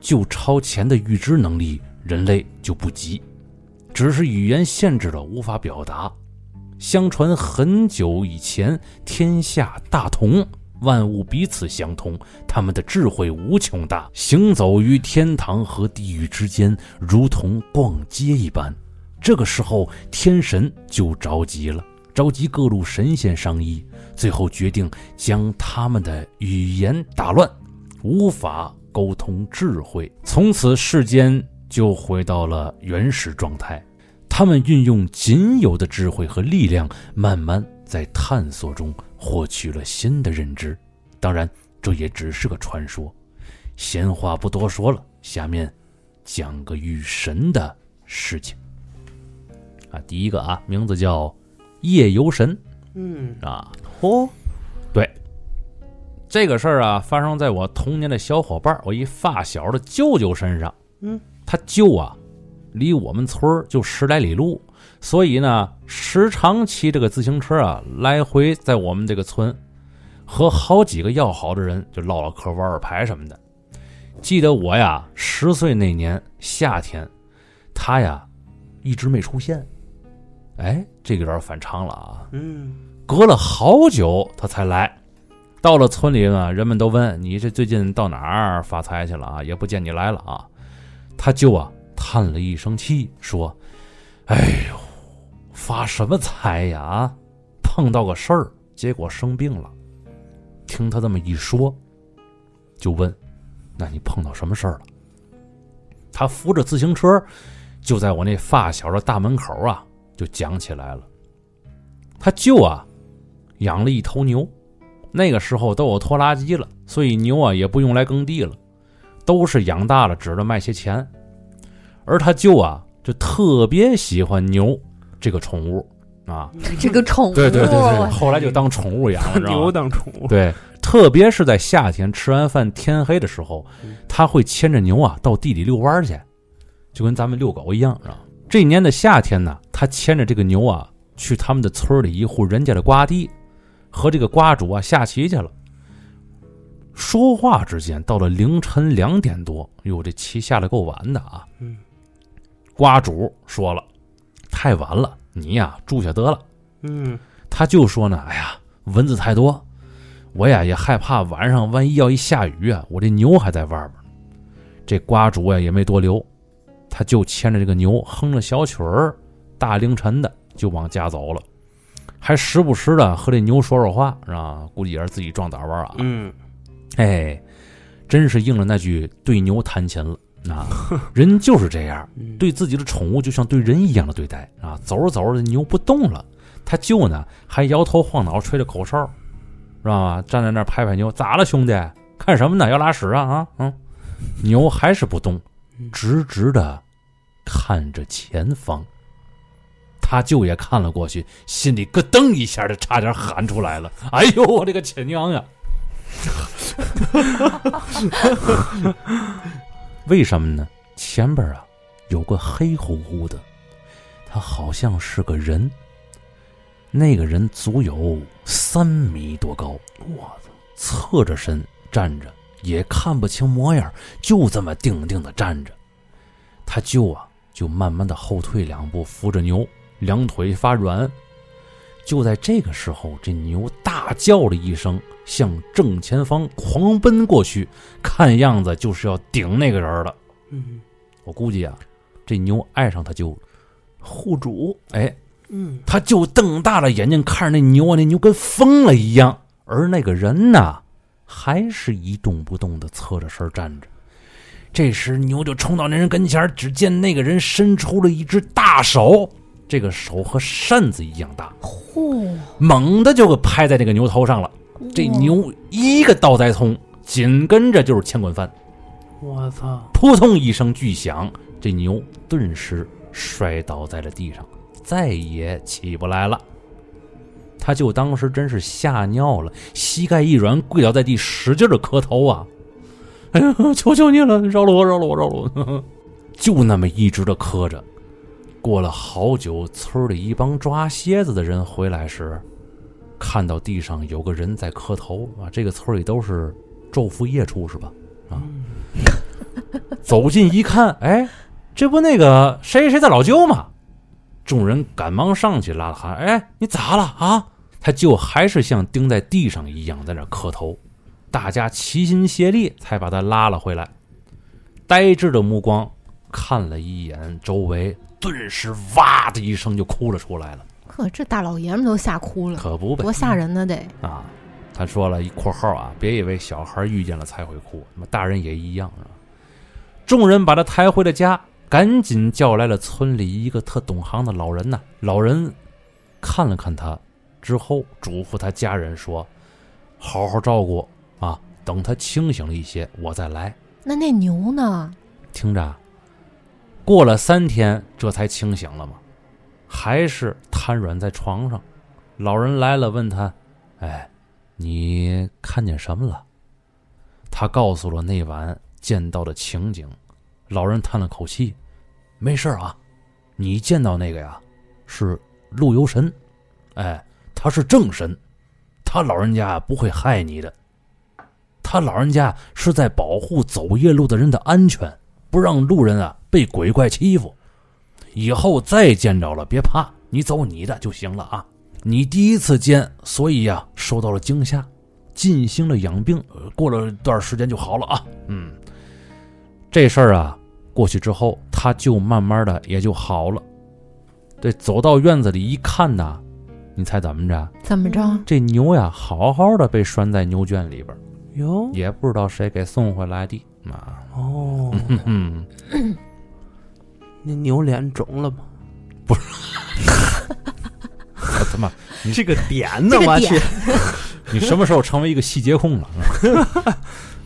就超前的预知能力，人类就不及，只是语言限制了，无法表达。相传很久以前，天下大同，万物彼此相通，他们的智慧无穷大，行走于天堂和地狱之间，如同逛街一般。这个时候，天神就着急了，召集各路神仙商议，最后决定将他们的语言打乱，无法沟通智慧。从此，世间就回到了原始状态。他们运用仅有的智慧和力量，慢慢在探索中获取了新的认知。当然，这也只是个传说。闲话不多说了，下面讲个与神的事情。啊，第一个啊，名字叫夜游神
嗯，
啊。
哦，
这个事儿啊，发生在我童年的小伙伴儿，我一发小的舅舅身上。
嗯，
他舅啊，离我们村儿就十来里路，所以呢，时常骑这个自行车啊，来回在我们这个村，和好几个要好的人就唠唠嗑、玩玩牌什么的。记得我呀，十岁那年夏天，他呀一直没出现。
(laughs)
哎，这个有点反常了啊。
嗯
隔了好久他才来，到了村里呢，人们都问你这最近到哪儿发财去了啊？也不见你来了啊。他舅啊叹了一声气，说：“哎呦，发什么财呀？啊，碰到个事儿，结果生病了。”听他这么一说，就问：“那你碰到什么事儿了？”他扶着自行车，就在我那发小的大门口啊，就讲起来了。他舅啊，养了一头牛，那个时候都有拖拉机了，所以牛啊也不用来耕地了，都是养大了指着卖些钱。而他舅啊，就特别喜欢牛这个宠物啊，
这个宠物，
对对对对，后来就当宠物 (laughs) 养了，知道吗
牛当宠物，
对，特别是在夏天吃完饭天黑的时候
嗯，
他会牵着牛啊到地里遛弯儿去，就跟咱们遛狗一样啊。这一年的夏天呢，他牵着这个牛啊去他们的村里一户人家的瓜地，和这个瓜主啊下棋去了。说话之间，到了凌晨两点多，哟，这棋下的够晚的啊。
嗯，
瓜主说了，太晚了，你呀住下得了。
嗯，
他就说呢，哎呀，蚊子太多，我呀也害怕晚上万一要一下雨啊，我这牛还在外边呢。这瓜主呀也没多留，他就牵着这个牛哼着小曲儿，大凌晨的就往家走了，还时不时的和这牛说说话，是吧？估计也是自己壮胆儿啊。
嗯，
哎，真是应了那句“对牛弹琴”了。啊，人就是这样，
嗯，
对自己的宠物就像对人一样的对待啊！走着走着，牛不动了，他舅呢还摇头晃脑，吹着口哨，知道吧？站在那儿拍拍牛，咋了，兄弟？看什么呢？要拉屎啊啊！嗯，牛还是不动，直直的看着前方。他舅也看了过去，心里咯噔一下，就差点喊出来了：“哎呦，我这个亲娘呀！” (laughs) 为什么呢？前边啊有个黑乎乎的，他好像是个人。那个人足有三米多高，我操！侧着身站着，也看不清模样，就这么定定的站着。他舅啊，就慢慢的后退两步，扶着牛，两腿发软。就在这个时候，这牛大叫了一声，向正前方狂奔过去，看样子就是要顶那个人了。
嗯，
我估计啊，这牛爱上他舅了。
户主，
哎，
嗯，
他就瞪大了眼睛看着那牛啊，那牛跟疯了一样，而那个人呢，还是一动不动的侧着身站着。这时牛就冲到那人跟前儿，只见那个人伸出了一只大手，这个手和扇子一样大，
嚯，
猛地就给拍在这个牛头上了。这牛一个倒栽葱，紧跟着就是千滚翻。
我操，
扑通一声巨响，这牛顿时摔倒在了地上，再也起不来了。他就当时真是吓尿了，膝盖一软，跪倒在地，使劲的磕头啊！ (laughs) 哎呀，求求你了，饶了我，饶了我，饶了我！就那么一直的磕着。过了好久，村里一帮抓蝎子的人回来时，看到地上有个人在磕头啊。这个村里都是昼伏夜出是吧？啊，走近一看，哎，这不那个谁谁的老舅吗？众人赶忙上去拉他，哎，你咋了啊？他舅还是像钉在地上一样在那磕头，大家齐心协力才把他拉了回来。呆滞的目光看了一眼周围，顿时哇的一声就哭了出来了，
呵，这大老爷们都吓哭了，
可不呗
多吓人呢得。
啊！他说了一括号啊，别以为小孩遇见了才会哭，那么大人也一样啊。众人把他抬回了家，赶紧叫来了村里一个特懂行的老人呐、老人看了看他之后，嘱咐他家人说：“好好照顾啊，等他清醒了一些，我再来。”
那那牛呢？
听着啊，过了三天，这才清醒了嘛，还是瘫软在床上。老人来了，问他：“哎，你看见什么了？”他告诉了那晚见到的情景。老人叹了口气：“没事儿啊，你见到那个呀，是陆游神，哎，他是正神，他老人家不会害你的。”他老人家是在保护走夜路的人的安全，不让路人啊被鬼怪欺负。以后再见着了，别怕，你走你的就行了啊。你第一次见，所以呀、受到了惊吓，进兴的养病，呃过了段时间就好了啊。嗯，这事儿啊，过去之后，他就慢慢的也就好了。对，走到院子里一看呐，你猜怎么着？
怎么着？
这牛呀，好好的被拴在牛圈里边儿，
哟
也不知道谁给送回来的啊。
哦，
嗯嗯，
那牛脸肿了吧？
我他妈，
这个点
这
呢，
个
我
点
去，
你什么时候成为一个细节控了？ (laughs) 啊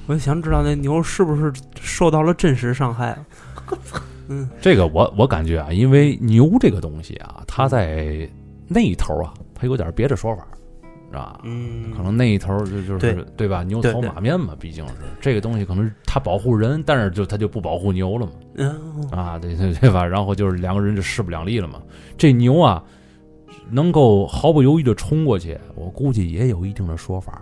我想知道那牛是不是受到了真实伤害啊？
这个我我感觉啊，因为牛这个东西啊，它在那一头啊，它有点别的说法，是吧？
嗯，
可能那一头就就是
对
吧？牛
对
头
对
马面嘛，毕竟是这个东西，可能它保护人，但是就它就不保护牛了嘛，
嗯
啊， (laughs) 对对对吧？然后就是两个人就势不两立了嘛。这牛啊，能够毫不犹豫的冲过去，我估计也有一定的说法。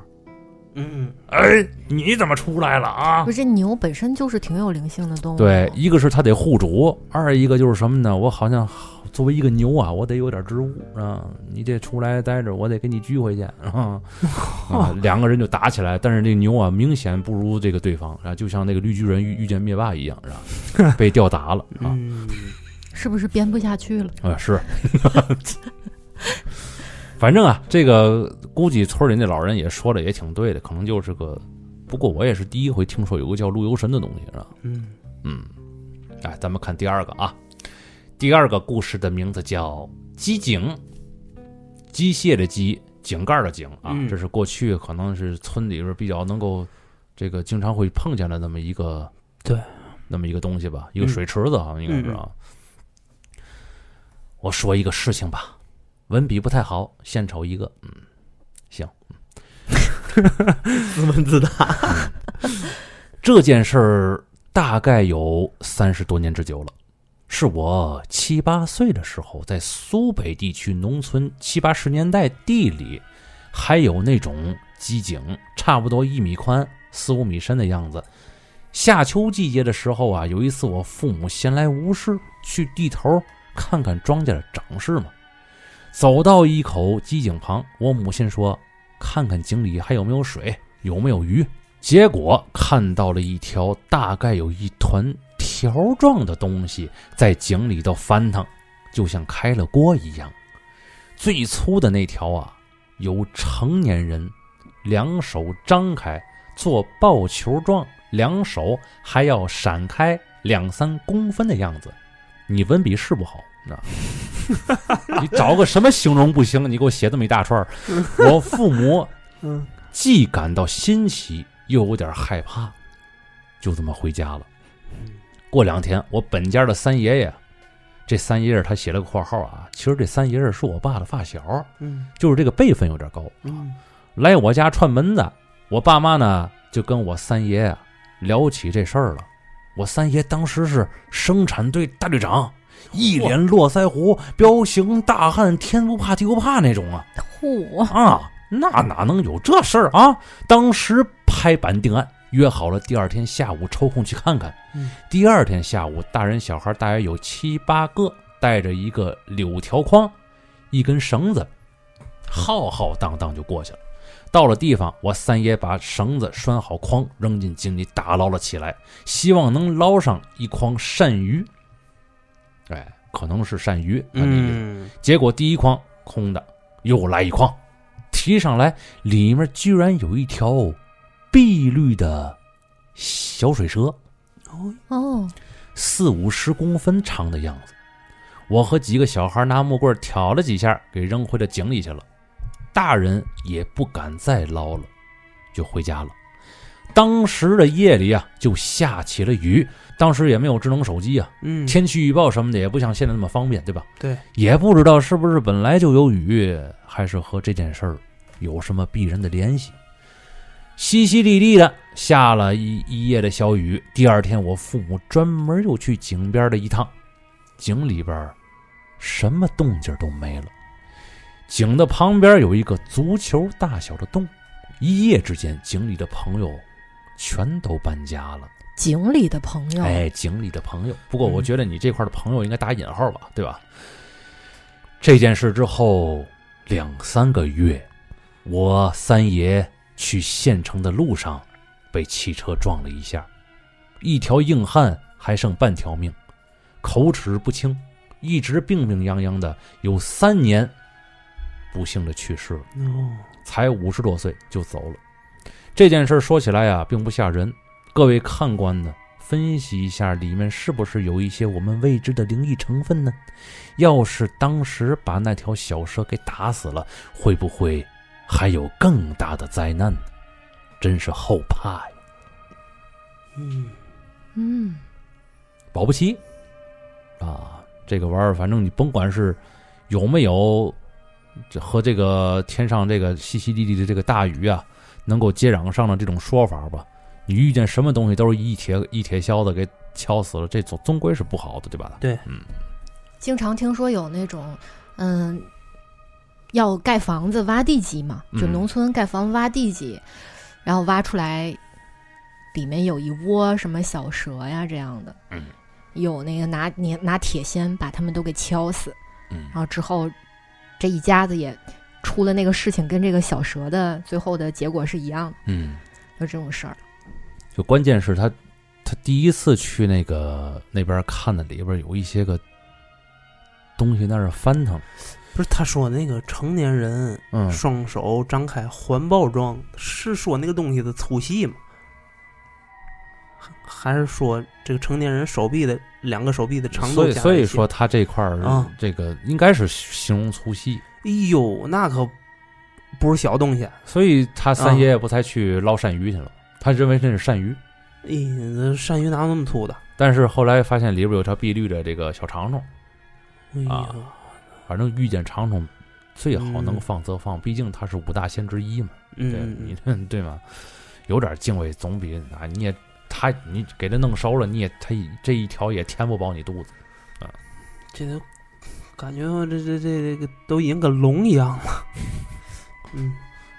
嗯，
哎，你怎么出来了啊
不？是这牛本身就是挺有灵性的动物，
对，一个是它得护主，二一个就是什么呢？我好像作为一个牛啊，我得有点职务啊，你得出来待着，我得给你拘回去啊。 (laughs) 啊两个人就打起来，但是这牛啊，明显不如这个对方啊，就像那个绿巨人遇遇见灭霸一样，是吧？被吊打了啊，
嗯，
是不是编不下去了？
啊是。 (laughs) 反正啊，这个估计村里那老人也说的也挺对的，可能就是个。不过我也是第一回听说有个叫陆游神的东西，是吧？
嗯，
嗯，哎，咱们看第二个啊，第二个故事的名字叫“机井”，机械的机，井盖的井啊，
嗯
这是过去可能是村里边比较能够这个经常会碰见的那么一个
对，
那么一个东西吧，一个
嗯
水池子好像应该是啊。我说一个事情吧，文笔不太好，献丑一个，嗯，行。
自问自答。
这件事儿大概有三十多年之久了，是我七八岁的时候，在苏北地区农村七八十年代地里，还有那种机井，差不多一米宽、四五米深的样子。夏秋季节的时候啊，有一次我父母闲来无事，去地头看看庄稼的长势嘛。走到一口机井旁，我母亲说：“看看井里还有没有水，有没有鱼。”结果看到了一条大概有一团条状的东西在井里头翻腾，就像开了锅一样。最粗的那条啊，有成年人两手张开做抱球状，两手还要闪开两三公分的样子。你文笔是不好，啊 (laughs) 你找个什么形容不行？你给我写这么一大串儿，我父母
嗯
既感到新奇，又有点害怕，就这么回家了。过两天，我本家的三爷爷，这三爷爷他写了个括号啊，其实这三爷爷是我爸的发小，
嗯
就是这个辈分有点高。
嗯，
来我家串门子，我爸妈呢就跟我三爷啊聊起这事儿了。我三爷当时是生产队大队长，一脸络腮胡，彪形大汉，天不怕地不怕那种啊。
嚯，
啊，那哪能有这事儿啊？当时拍板定案，约好了第二天下午抽空去看看。
嗯
第二天下午，大人小孩大约有七八个，带着一个柳条筐，一根绳子，浩浩荡荡就过去了。到了地方，我三爷把绳子拴好筐，扔进井里打捞了起来，希望能捞上一筐鳝鱼。哎，可能是鳝鱼，他的意思
嗯，
结果第一筐空的，又来一筐，提上来里面居然有一条碧绿的小水蛇，
哦，
哦，
四五十公分长的样子。我和几个小孩拿木棍挑了几下，给扔回了井里去了。大人也不敢再捞了，就回家了。当时的夜里啊，就下起了雨。当时也没有智能手机啊，
嗯，
天气预报什么的也不像现在那么方便，对吧？
对，
也不知道是不是本来就有雨，还是和这件事儿有什么必然的联系。淅淅沥沥的下了一一夜的小雨，第二天我父母专门又去井边了一趟，井里边儿什么动静都没了。井的旁边有一个足球大小的洞，一夜之间，井里的朋友全都搬家了。
井里的朋友，
哎，井里的朋友。不过我
嗯
觉得你这块的朋友应该打引号吧，对吧？这件事之后两三个月，我三爷去县城的路上被汽车撞了一下，一条硬汉还剩半条命，口齿不清，一直病病殃殃的，有三年，不幸的去世了。
哦，
才五十多岁就走了。这件事儿说起来呀、并不吓人。各位看官呢，分析一下里面是不是有一些我们未知的灵异成分呢？要是当时把那条小蛇给打死了，会不会还有更大的灾难呢？真是后怕呀！
嗯，
嗯，
保不齐啊，这个玩意儿，反正你甭管是有没有这和这个天上这个淅淅沥沥的这个大雨啊，能够接壤上的这种说法吧，你遇见什么东西都是一铁一铁锹子给敲死了，这总终归是不好的，对吧？
对，
嗯，
经常听说有那种，嗯，要盖房子挖地基嘛，就
嗯
农村盖房子挖地基，然后挖出来，里面有一窝什么小蛇呀这样的，
嗯，
有那个拿你拿铁锨把他们都给敲死，
嗯
然后之后这一家子也出了那个事情，跟这个小蛇的最后的结果是一样的，
嗯，
有这种事儿，
就关键是他他第一次去那个那边看的里边有一些个东西在那儿翻腾，
不是他说那个成年人
嗯
双手张开环抱状，是说那个东西的粗细吗？还还是说这个成年人手臂的两个手臂的长
所
度
以
加
所
一
以
起
说，他这块儿、
啊
这个应该是形容粗细，
哎呦，那可不是小东西。哎
所以他
啊
三爷爷不才去捞鳝鱼去了吗，他认为那是鳝鱼，
哎，那鳝鱼哪有那么粗的？
但是后来发现里边有条碧绿的这个小长虫，
哎呀，
啊反正遇见长虫最好能
嗯
放则放，毕竟他是五大仙之一嘛，对
嗯，
你 (laughs) 这对吗？有点敬畏总比啊你也他你给他弄熟了，你也他这一条也填不饱你肚子，
这都感觉这这这这个都已经跟龙一样了。 (laughs) 嗯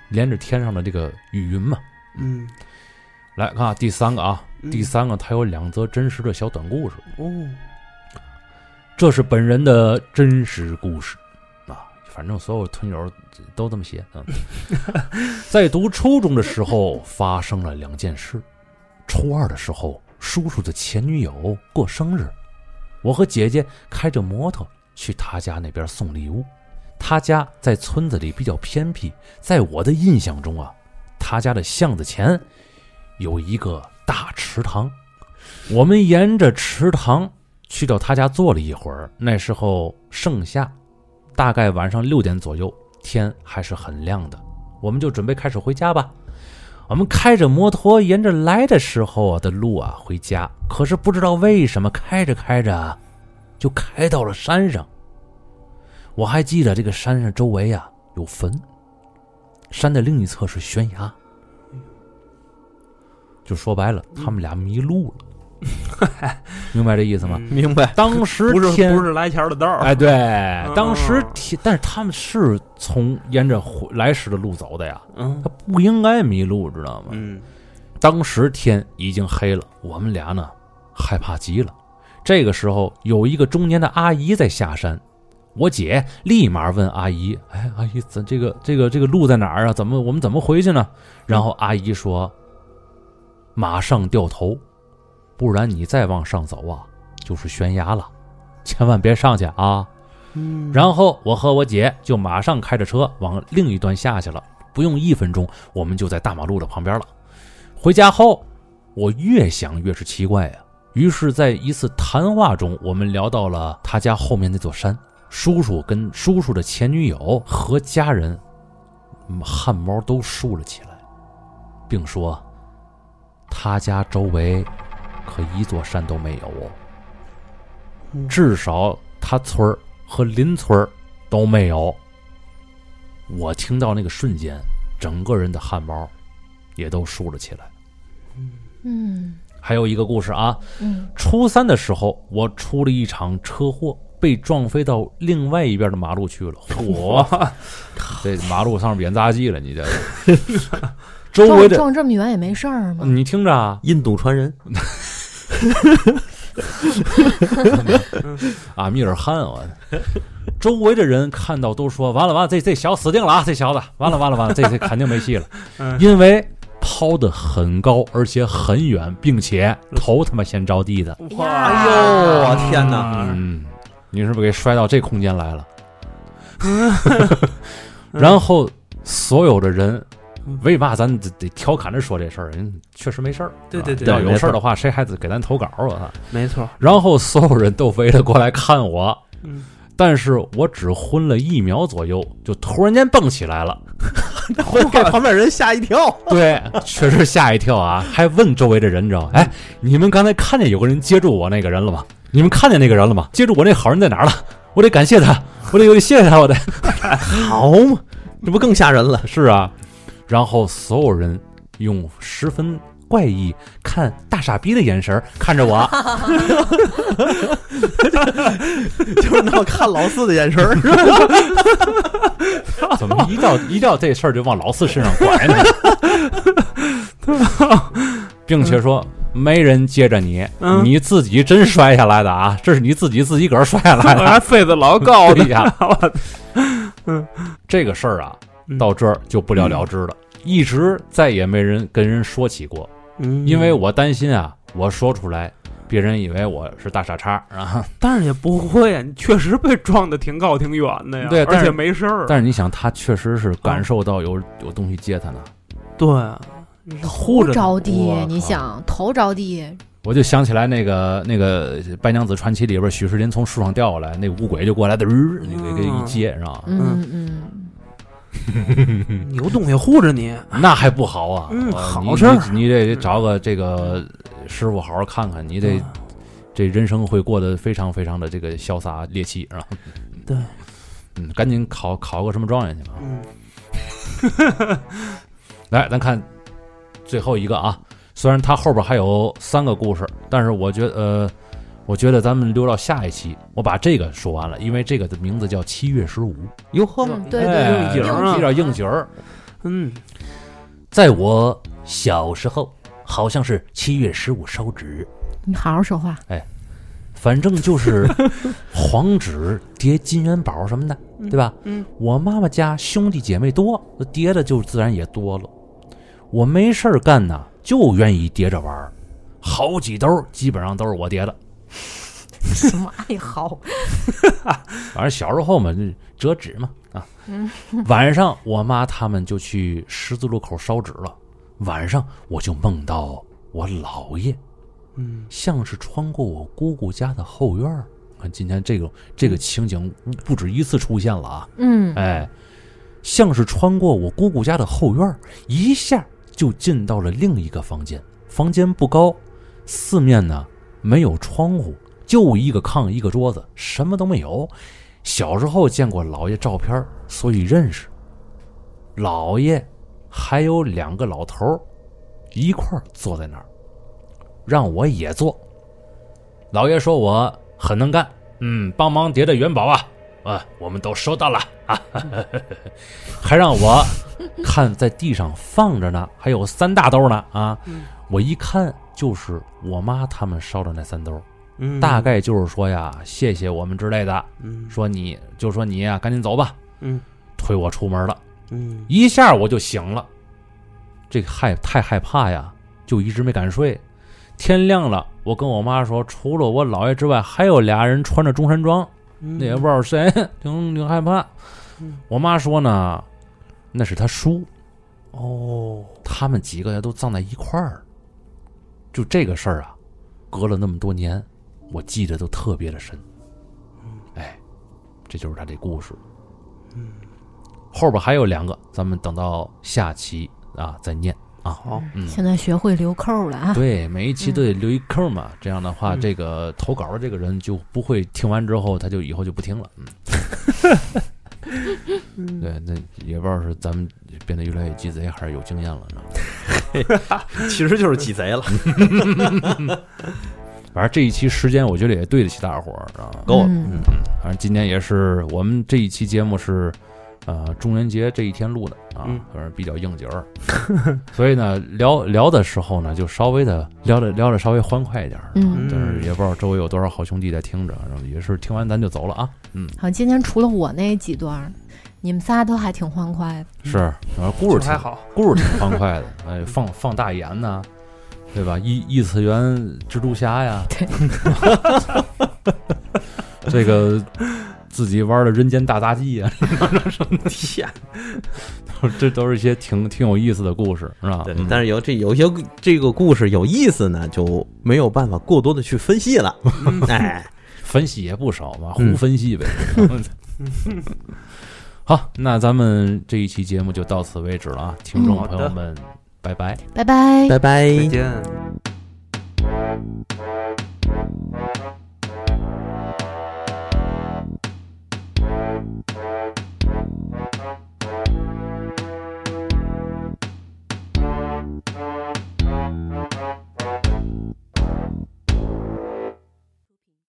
连着天上的这个雨云嘛。
嗯，
来看啊，第三个啊，
嗯
第三个它有两则真实的小短故事。
哦，
这是本人的真实故事啊，反正所有吞友都这么写。嗯， (laughs) 在读初中的时候发生了两件事。初二的时候，叔叔的前女友过生日，我和姐姐开着摩托去她家那边送礼物。她家在村子里比较偏僻，在我的印象中啊，她家的巷子前有一个大池塘，我们沿着池塘去到他家坐了一会儿。那时候盛夏，大概晚上六点左右，天还是很亮的，我们就准备开始回家吧。我们开着摩托沿着来的时候啊的路啊回家，可是不知道为什么开着开着啊就开到了山上。我还记得这个山上周围啊有坟，山的另一侧是悬崖。就说白了，他们俩迷路了，明白这意思吗？
嗯
明白。
当时
不是
天
不是来钱儿的道儿。
哎，对，当时天，但是他们是从沿着回来时的路走的呀，
嗯
他不应该迷路，知道吗？
嗯，
当时天已经黑了，我们俩呢害怕极了。这个时候有一个中年的阿姨在下山，我姐立马问阿姨：“哎，阿姨，咱这个这个这个路在哪儿啊？怎么我们怎么回去呢？”然后阿姨说：“马上掉头，不然你再往上走啊，就是悬崖了，千万别上去啊。”
嗯
然后我和我姐就马上开着车往另一端下去了，不用一分钟，我们就在大马路的旁边了。回家后，我越想越是奇怪呀、啊于是，在一次谈话中，我们聊到了他家后面那座山，叔叔跟叔叔的前女友和家人，嗯汗毛都竖了起来，并说，他家周围可一座山都没有哦。
嗯
至少他村儿和邻村儿都没有。我听到那个瞬间，整个人的汗毛也都竖了起来。
嗯
还有一个故事啊，
嗯
初三的时候，我出了一场车祸，被撞飞到另外一边的马路去了。嚯，这马路上演杂技了，你这周围
撞
的
撞这么远也没事儿吗？
你听着啊，
印度传人，
啊，密尔汗我。啊周围的人看到都说：“完了完了，这这小死定了啊！这小子，完了完了完了，这这肯定没戏了。
嗯”
因为抛的很高，而且很远，并且头他妈先着地的。
哇，
哎
呦我天哪
嗯！
嗯，你是不是给摔到这空间来
(laughs)
了？然后所有的人
嗯，
为嘛咱得得调侃着说这事儿？人确实没事儿，
对
是吧
对对
要
对
有
没
事
错
儿的话，谁还得给咱投稿啊？
没错，
然后所有人都围着过来看我， (laughs)
嗯，
但是我只昏了一秒左右，就突然间蹦起来了。
会给旁边人吓一跳。
(laughs) 对，确实吓一跳啊！还问周围的人，你知道吗？哎，你们刚才看见有个人接住我那个人了吗？你们看见那个人了吗？接住我那好人在哪儿了？我得感谢他，我得我得谢谢他，我得 (laughs)
好嘛，这不更吓人了？
是啊。然后所有人用十分怪异、看大傻逼的眼神儿看着 (laughs) 我，
(laughs) 就是那么看老四的眼神儿，
怎么一到一到这事儿就往老四身上拐 (laughs) 呢？并且说没人接着你，
嗯
你自己真摔下来的啊！这是你自己自己个儿摔下来的。
还飞得老高 (laughs)
对 (laughs) 呀，
我
这个事儿啊，
嗯
到这儿就不了了之了，一直再也没人跟人说起过，
嗯
因为我担心啊，我说出来，别人以为我是大傻叉啊。
但是也不会呀，你确实被撞的挺高挺远的呀，
对但
而
是
且没事儿，
但是你想，他确实是感受到有有东西接他呢，
对啊，你是护
头
着的，
着地
我靠，
你想头着地，
我就想起来那个那个《白娘子传奇》里边，许世林从树上掉下来，那五鬼就过来的，呃那个给一接，是吧？
嗯嗯，
嗯
你有东西护着你，
那还不好啊！
嗯
我
好
你
事儿
你你得得找个这个师傅好好看看，你得这人生会过得非常非常的这个潇洒猎奇，是吧？
对，
嗯，赶紧考考个什么状元去吧。
嗯，
来，咱看最后一个啊，虽然它后边还有三个故事，但是我觉得呃，我觉得咱们留到下一期，我把这个说完了，因为这个的名字叫《七月十五》，
(laughs) 哟呵，
嗯对
哎
对，
应景儿啊
有点应景儿。
嗯，
在我小时候，好像是七月十五烧纸，
你好好说话，
反正就是黄纸叠金元宝什么的，对吧？
嗯，
我妈妈家兄弟姐妹多，叠的就自然也多了。我没事儿干呐，就愿意叠着玩儿，好几兜儿基本上都是我叠的。
(laughs) 什么爱好？
反正小时候嘛，就折纸嘛啊
嗯。
晚上我妈他们就去十字路口烧纸了。晚上我就梦到我姥爷，
嗯，
像是穿过我姑姑家的后院儿。啊，今天这个这个情景不止一次出现了啊！
(laughs) 嗯，
哎，像是穿过我姑姑家的后院儿，一下就进到了另一个房间。房间不高，四面呢没有窗户，就一个炕一个桌子，什么都没有。小时候见过老爷照片儿，所以认识。老爷还有两个老头儿一块儿坐在那儿，让我也坐。老爷说我很能干，嗯，帮忙叠的元宝啊，啊，我们都收到了啊，还让我看在地上放着呢，还有三大兜呢啊，
嗯
我一看就是我妈他们烧的那三兜，
嗯
大，概就是说呀，谢谢我们之类的，
嗯，
说你就说你呀、赶紧走吧，
嗯，
推我出门了，
嗯，
一下我就醒了，这个害太害怕呀，就一直没敢睡。天亮了，我跟我妈说，除了我姥爷之外，还有俩人穿着中山装，那
那
也不知道谁，挺挺害怕
嗯。
我妈说呢，那是他叔，
哦，
他们几个都葬在一块儿。就这个事儿啊，隔了那么多年，我记得都特别的深。哎，这就是他这故事。后边还有两个，咱们等到下期啊再念啊。
好，
嗯，
现在学会留扣了啊，
对，每一期都得留一坑嘛，这样的话，
嗯
这个投稿的这个人就不会听完之后，他就以后就不听了。嗯，对，那也不知道是咱们变得越来越鸡贼，还是有经验了呢。
其实就是鸡贼了，
反正这一期时间，我觉得也对得起大伙儿啊。
够了。
嗯
反正今年也是我们这一期节目是呃，中元节这一天录的啊
嗯，
反正比较应景儿， (laughs) 所以呢，聊聊的时候呢，就稍微的聊的聊的稍微欢快一点儿，
嗯，
但是也不知道周围有多少好兄弟在听着，然后也是听完咱就走了啊，嗯，
好，今天除了我那几段儿，你们仨都还挺欢快的。
是，然后故事
还
挺
好，
故事挺欢快的， (laughs) 哎，放放大眼呐、对吧？异异次元蜘蛛侠
(laughs)
呀，
对
(laughs) 这个自己玩的人间大杂技呀，
(laughs)
天，
(laughs) 这都是一些挺挺有意思的故事，是吧？
对
嗯，
但是有这有些这个故事有意思呢，就没有办法过多的去分析了。 (laughs) 哎，
分析也不少嘛，
嗯
胡分析
(laughs)
呗。好，那咱们这一期节目就到此为止了啊，听众
嗯好
朋
的
友们，拜拜。
拜拜。
拜拜。
再见。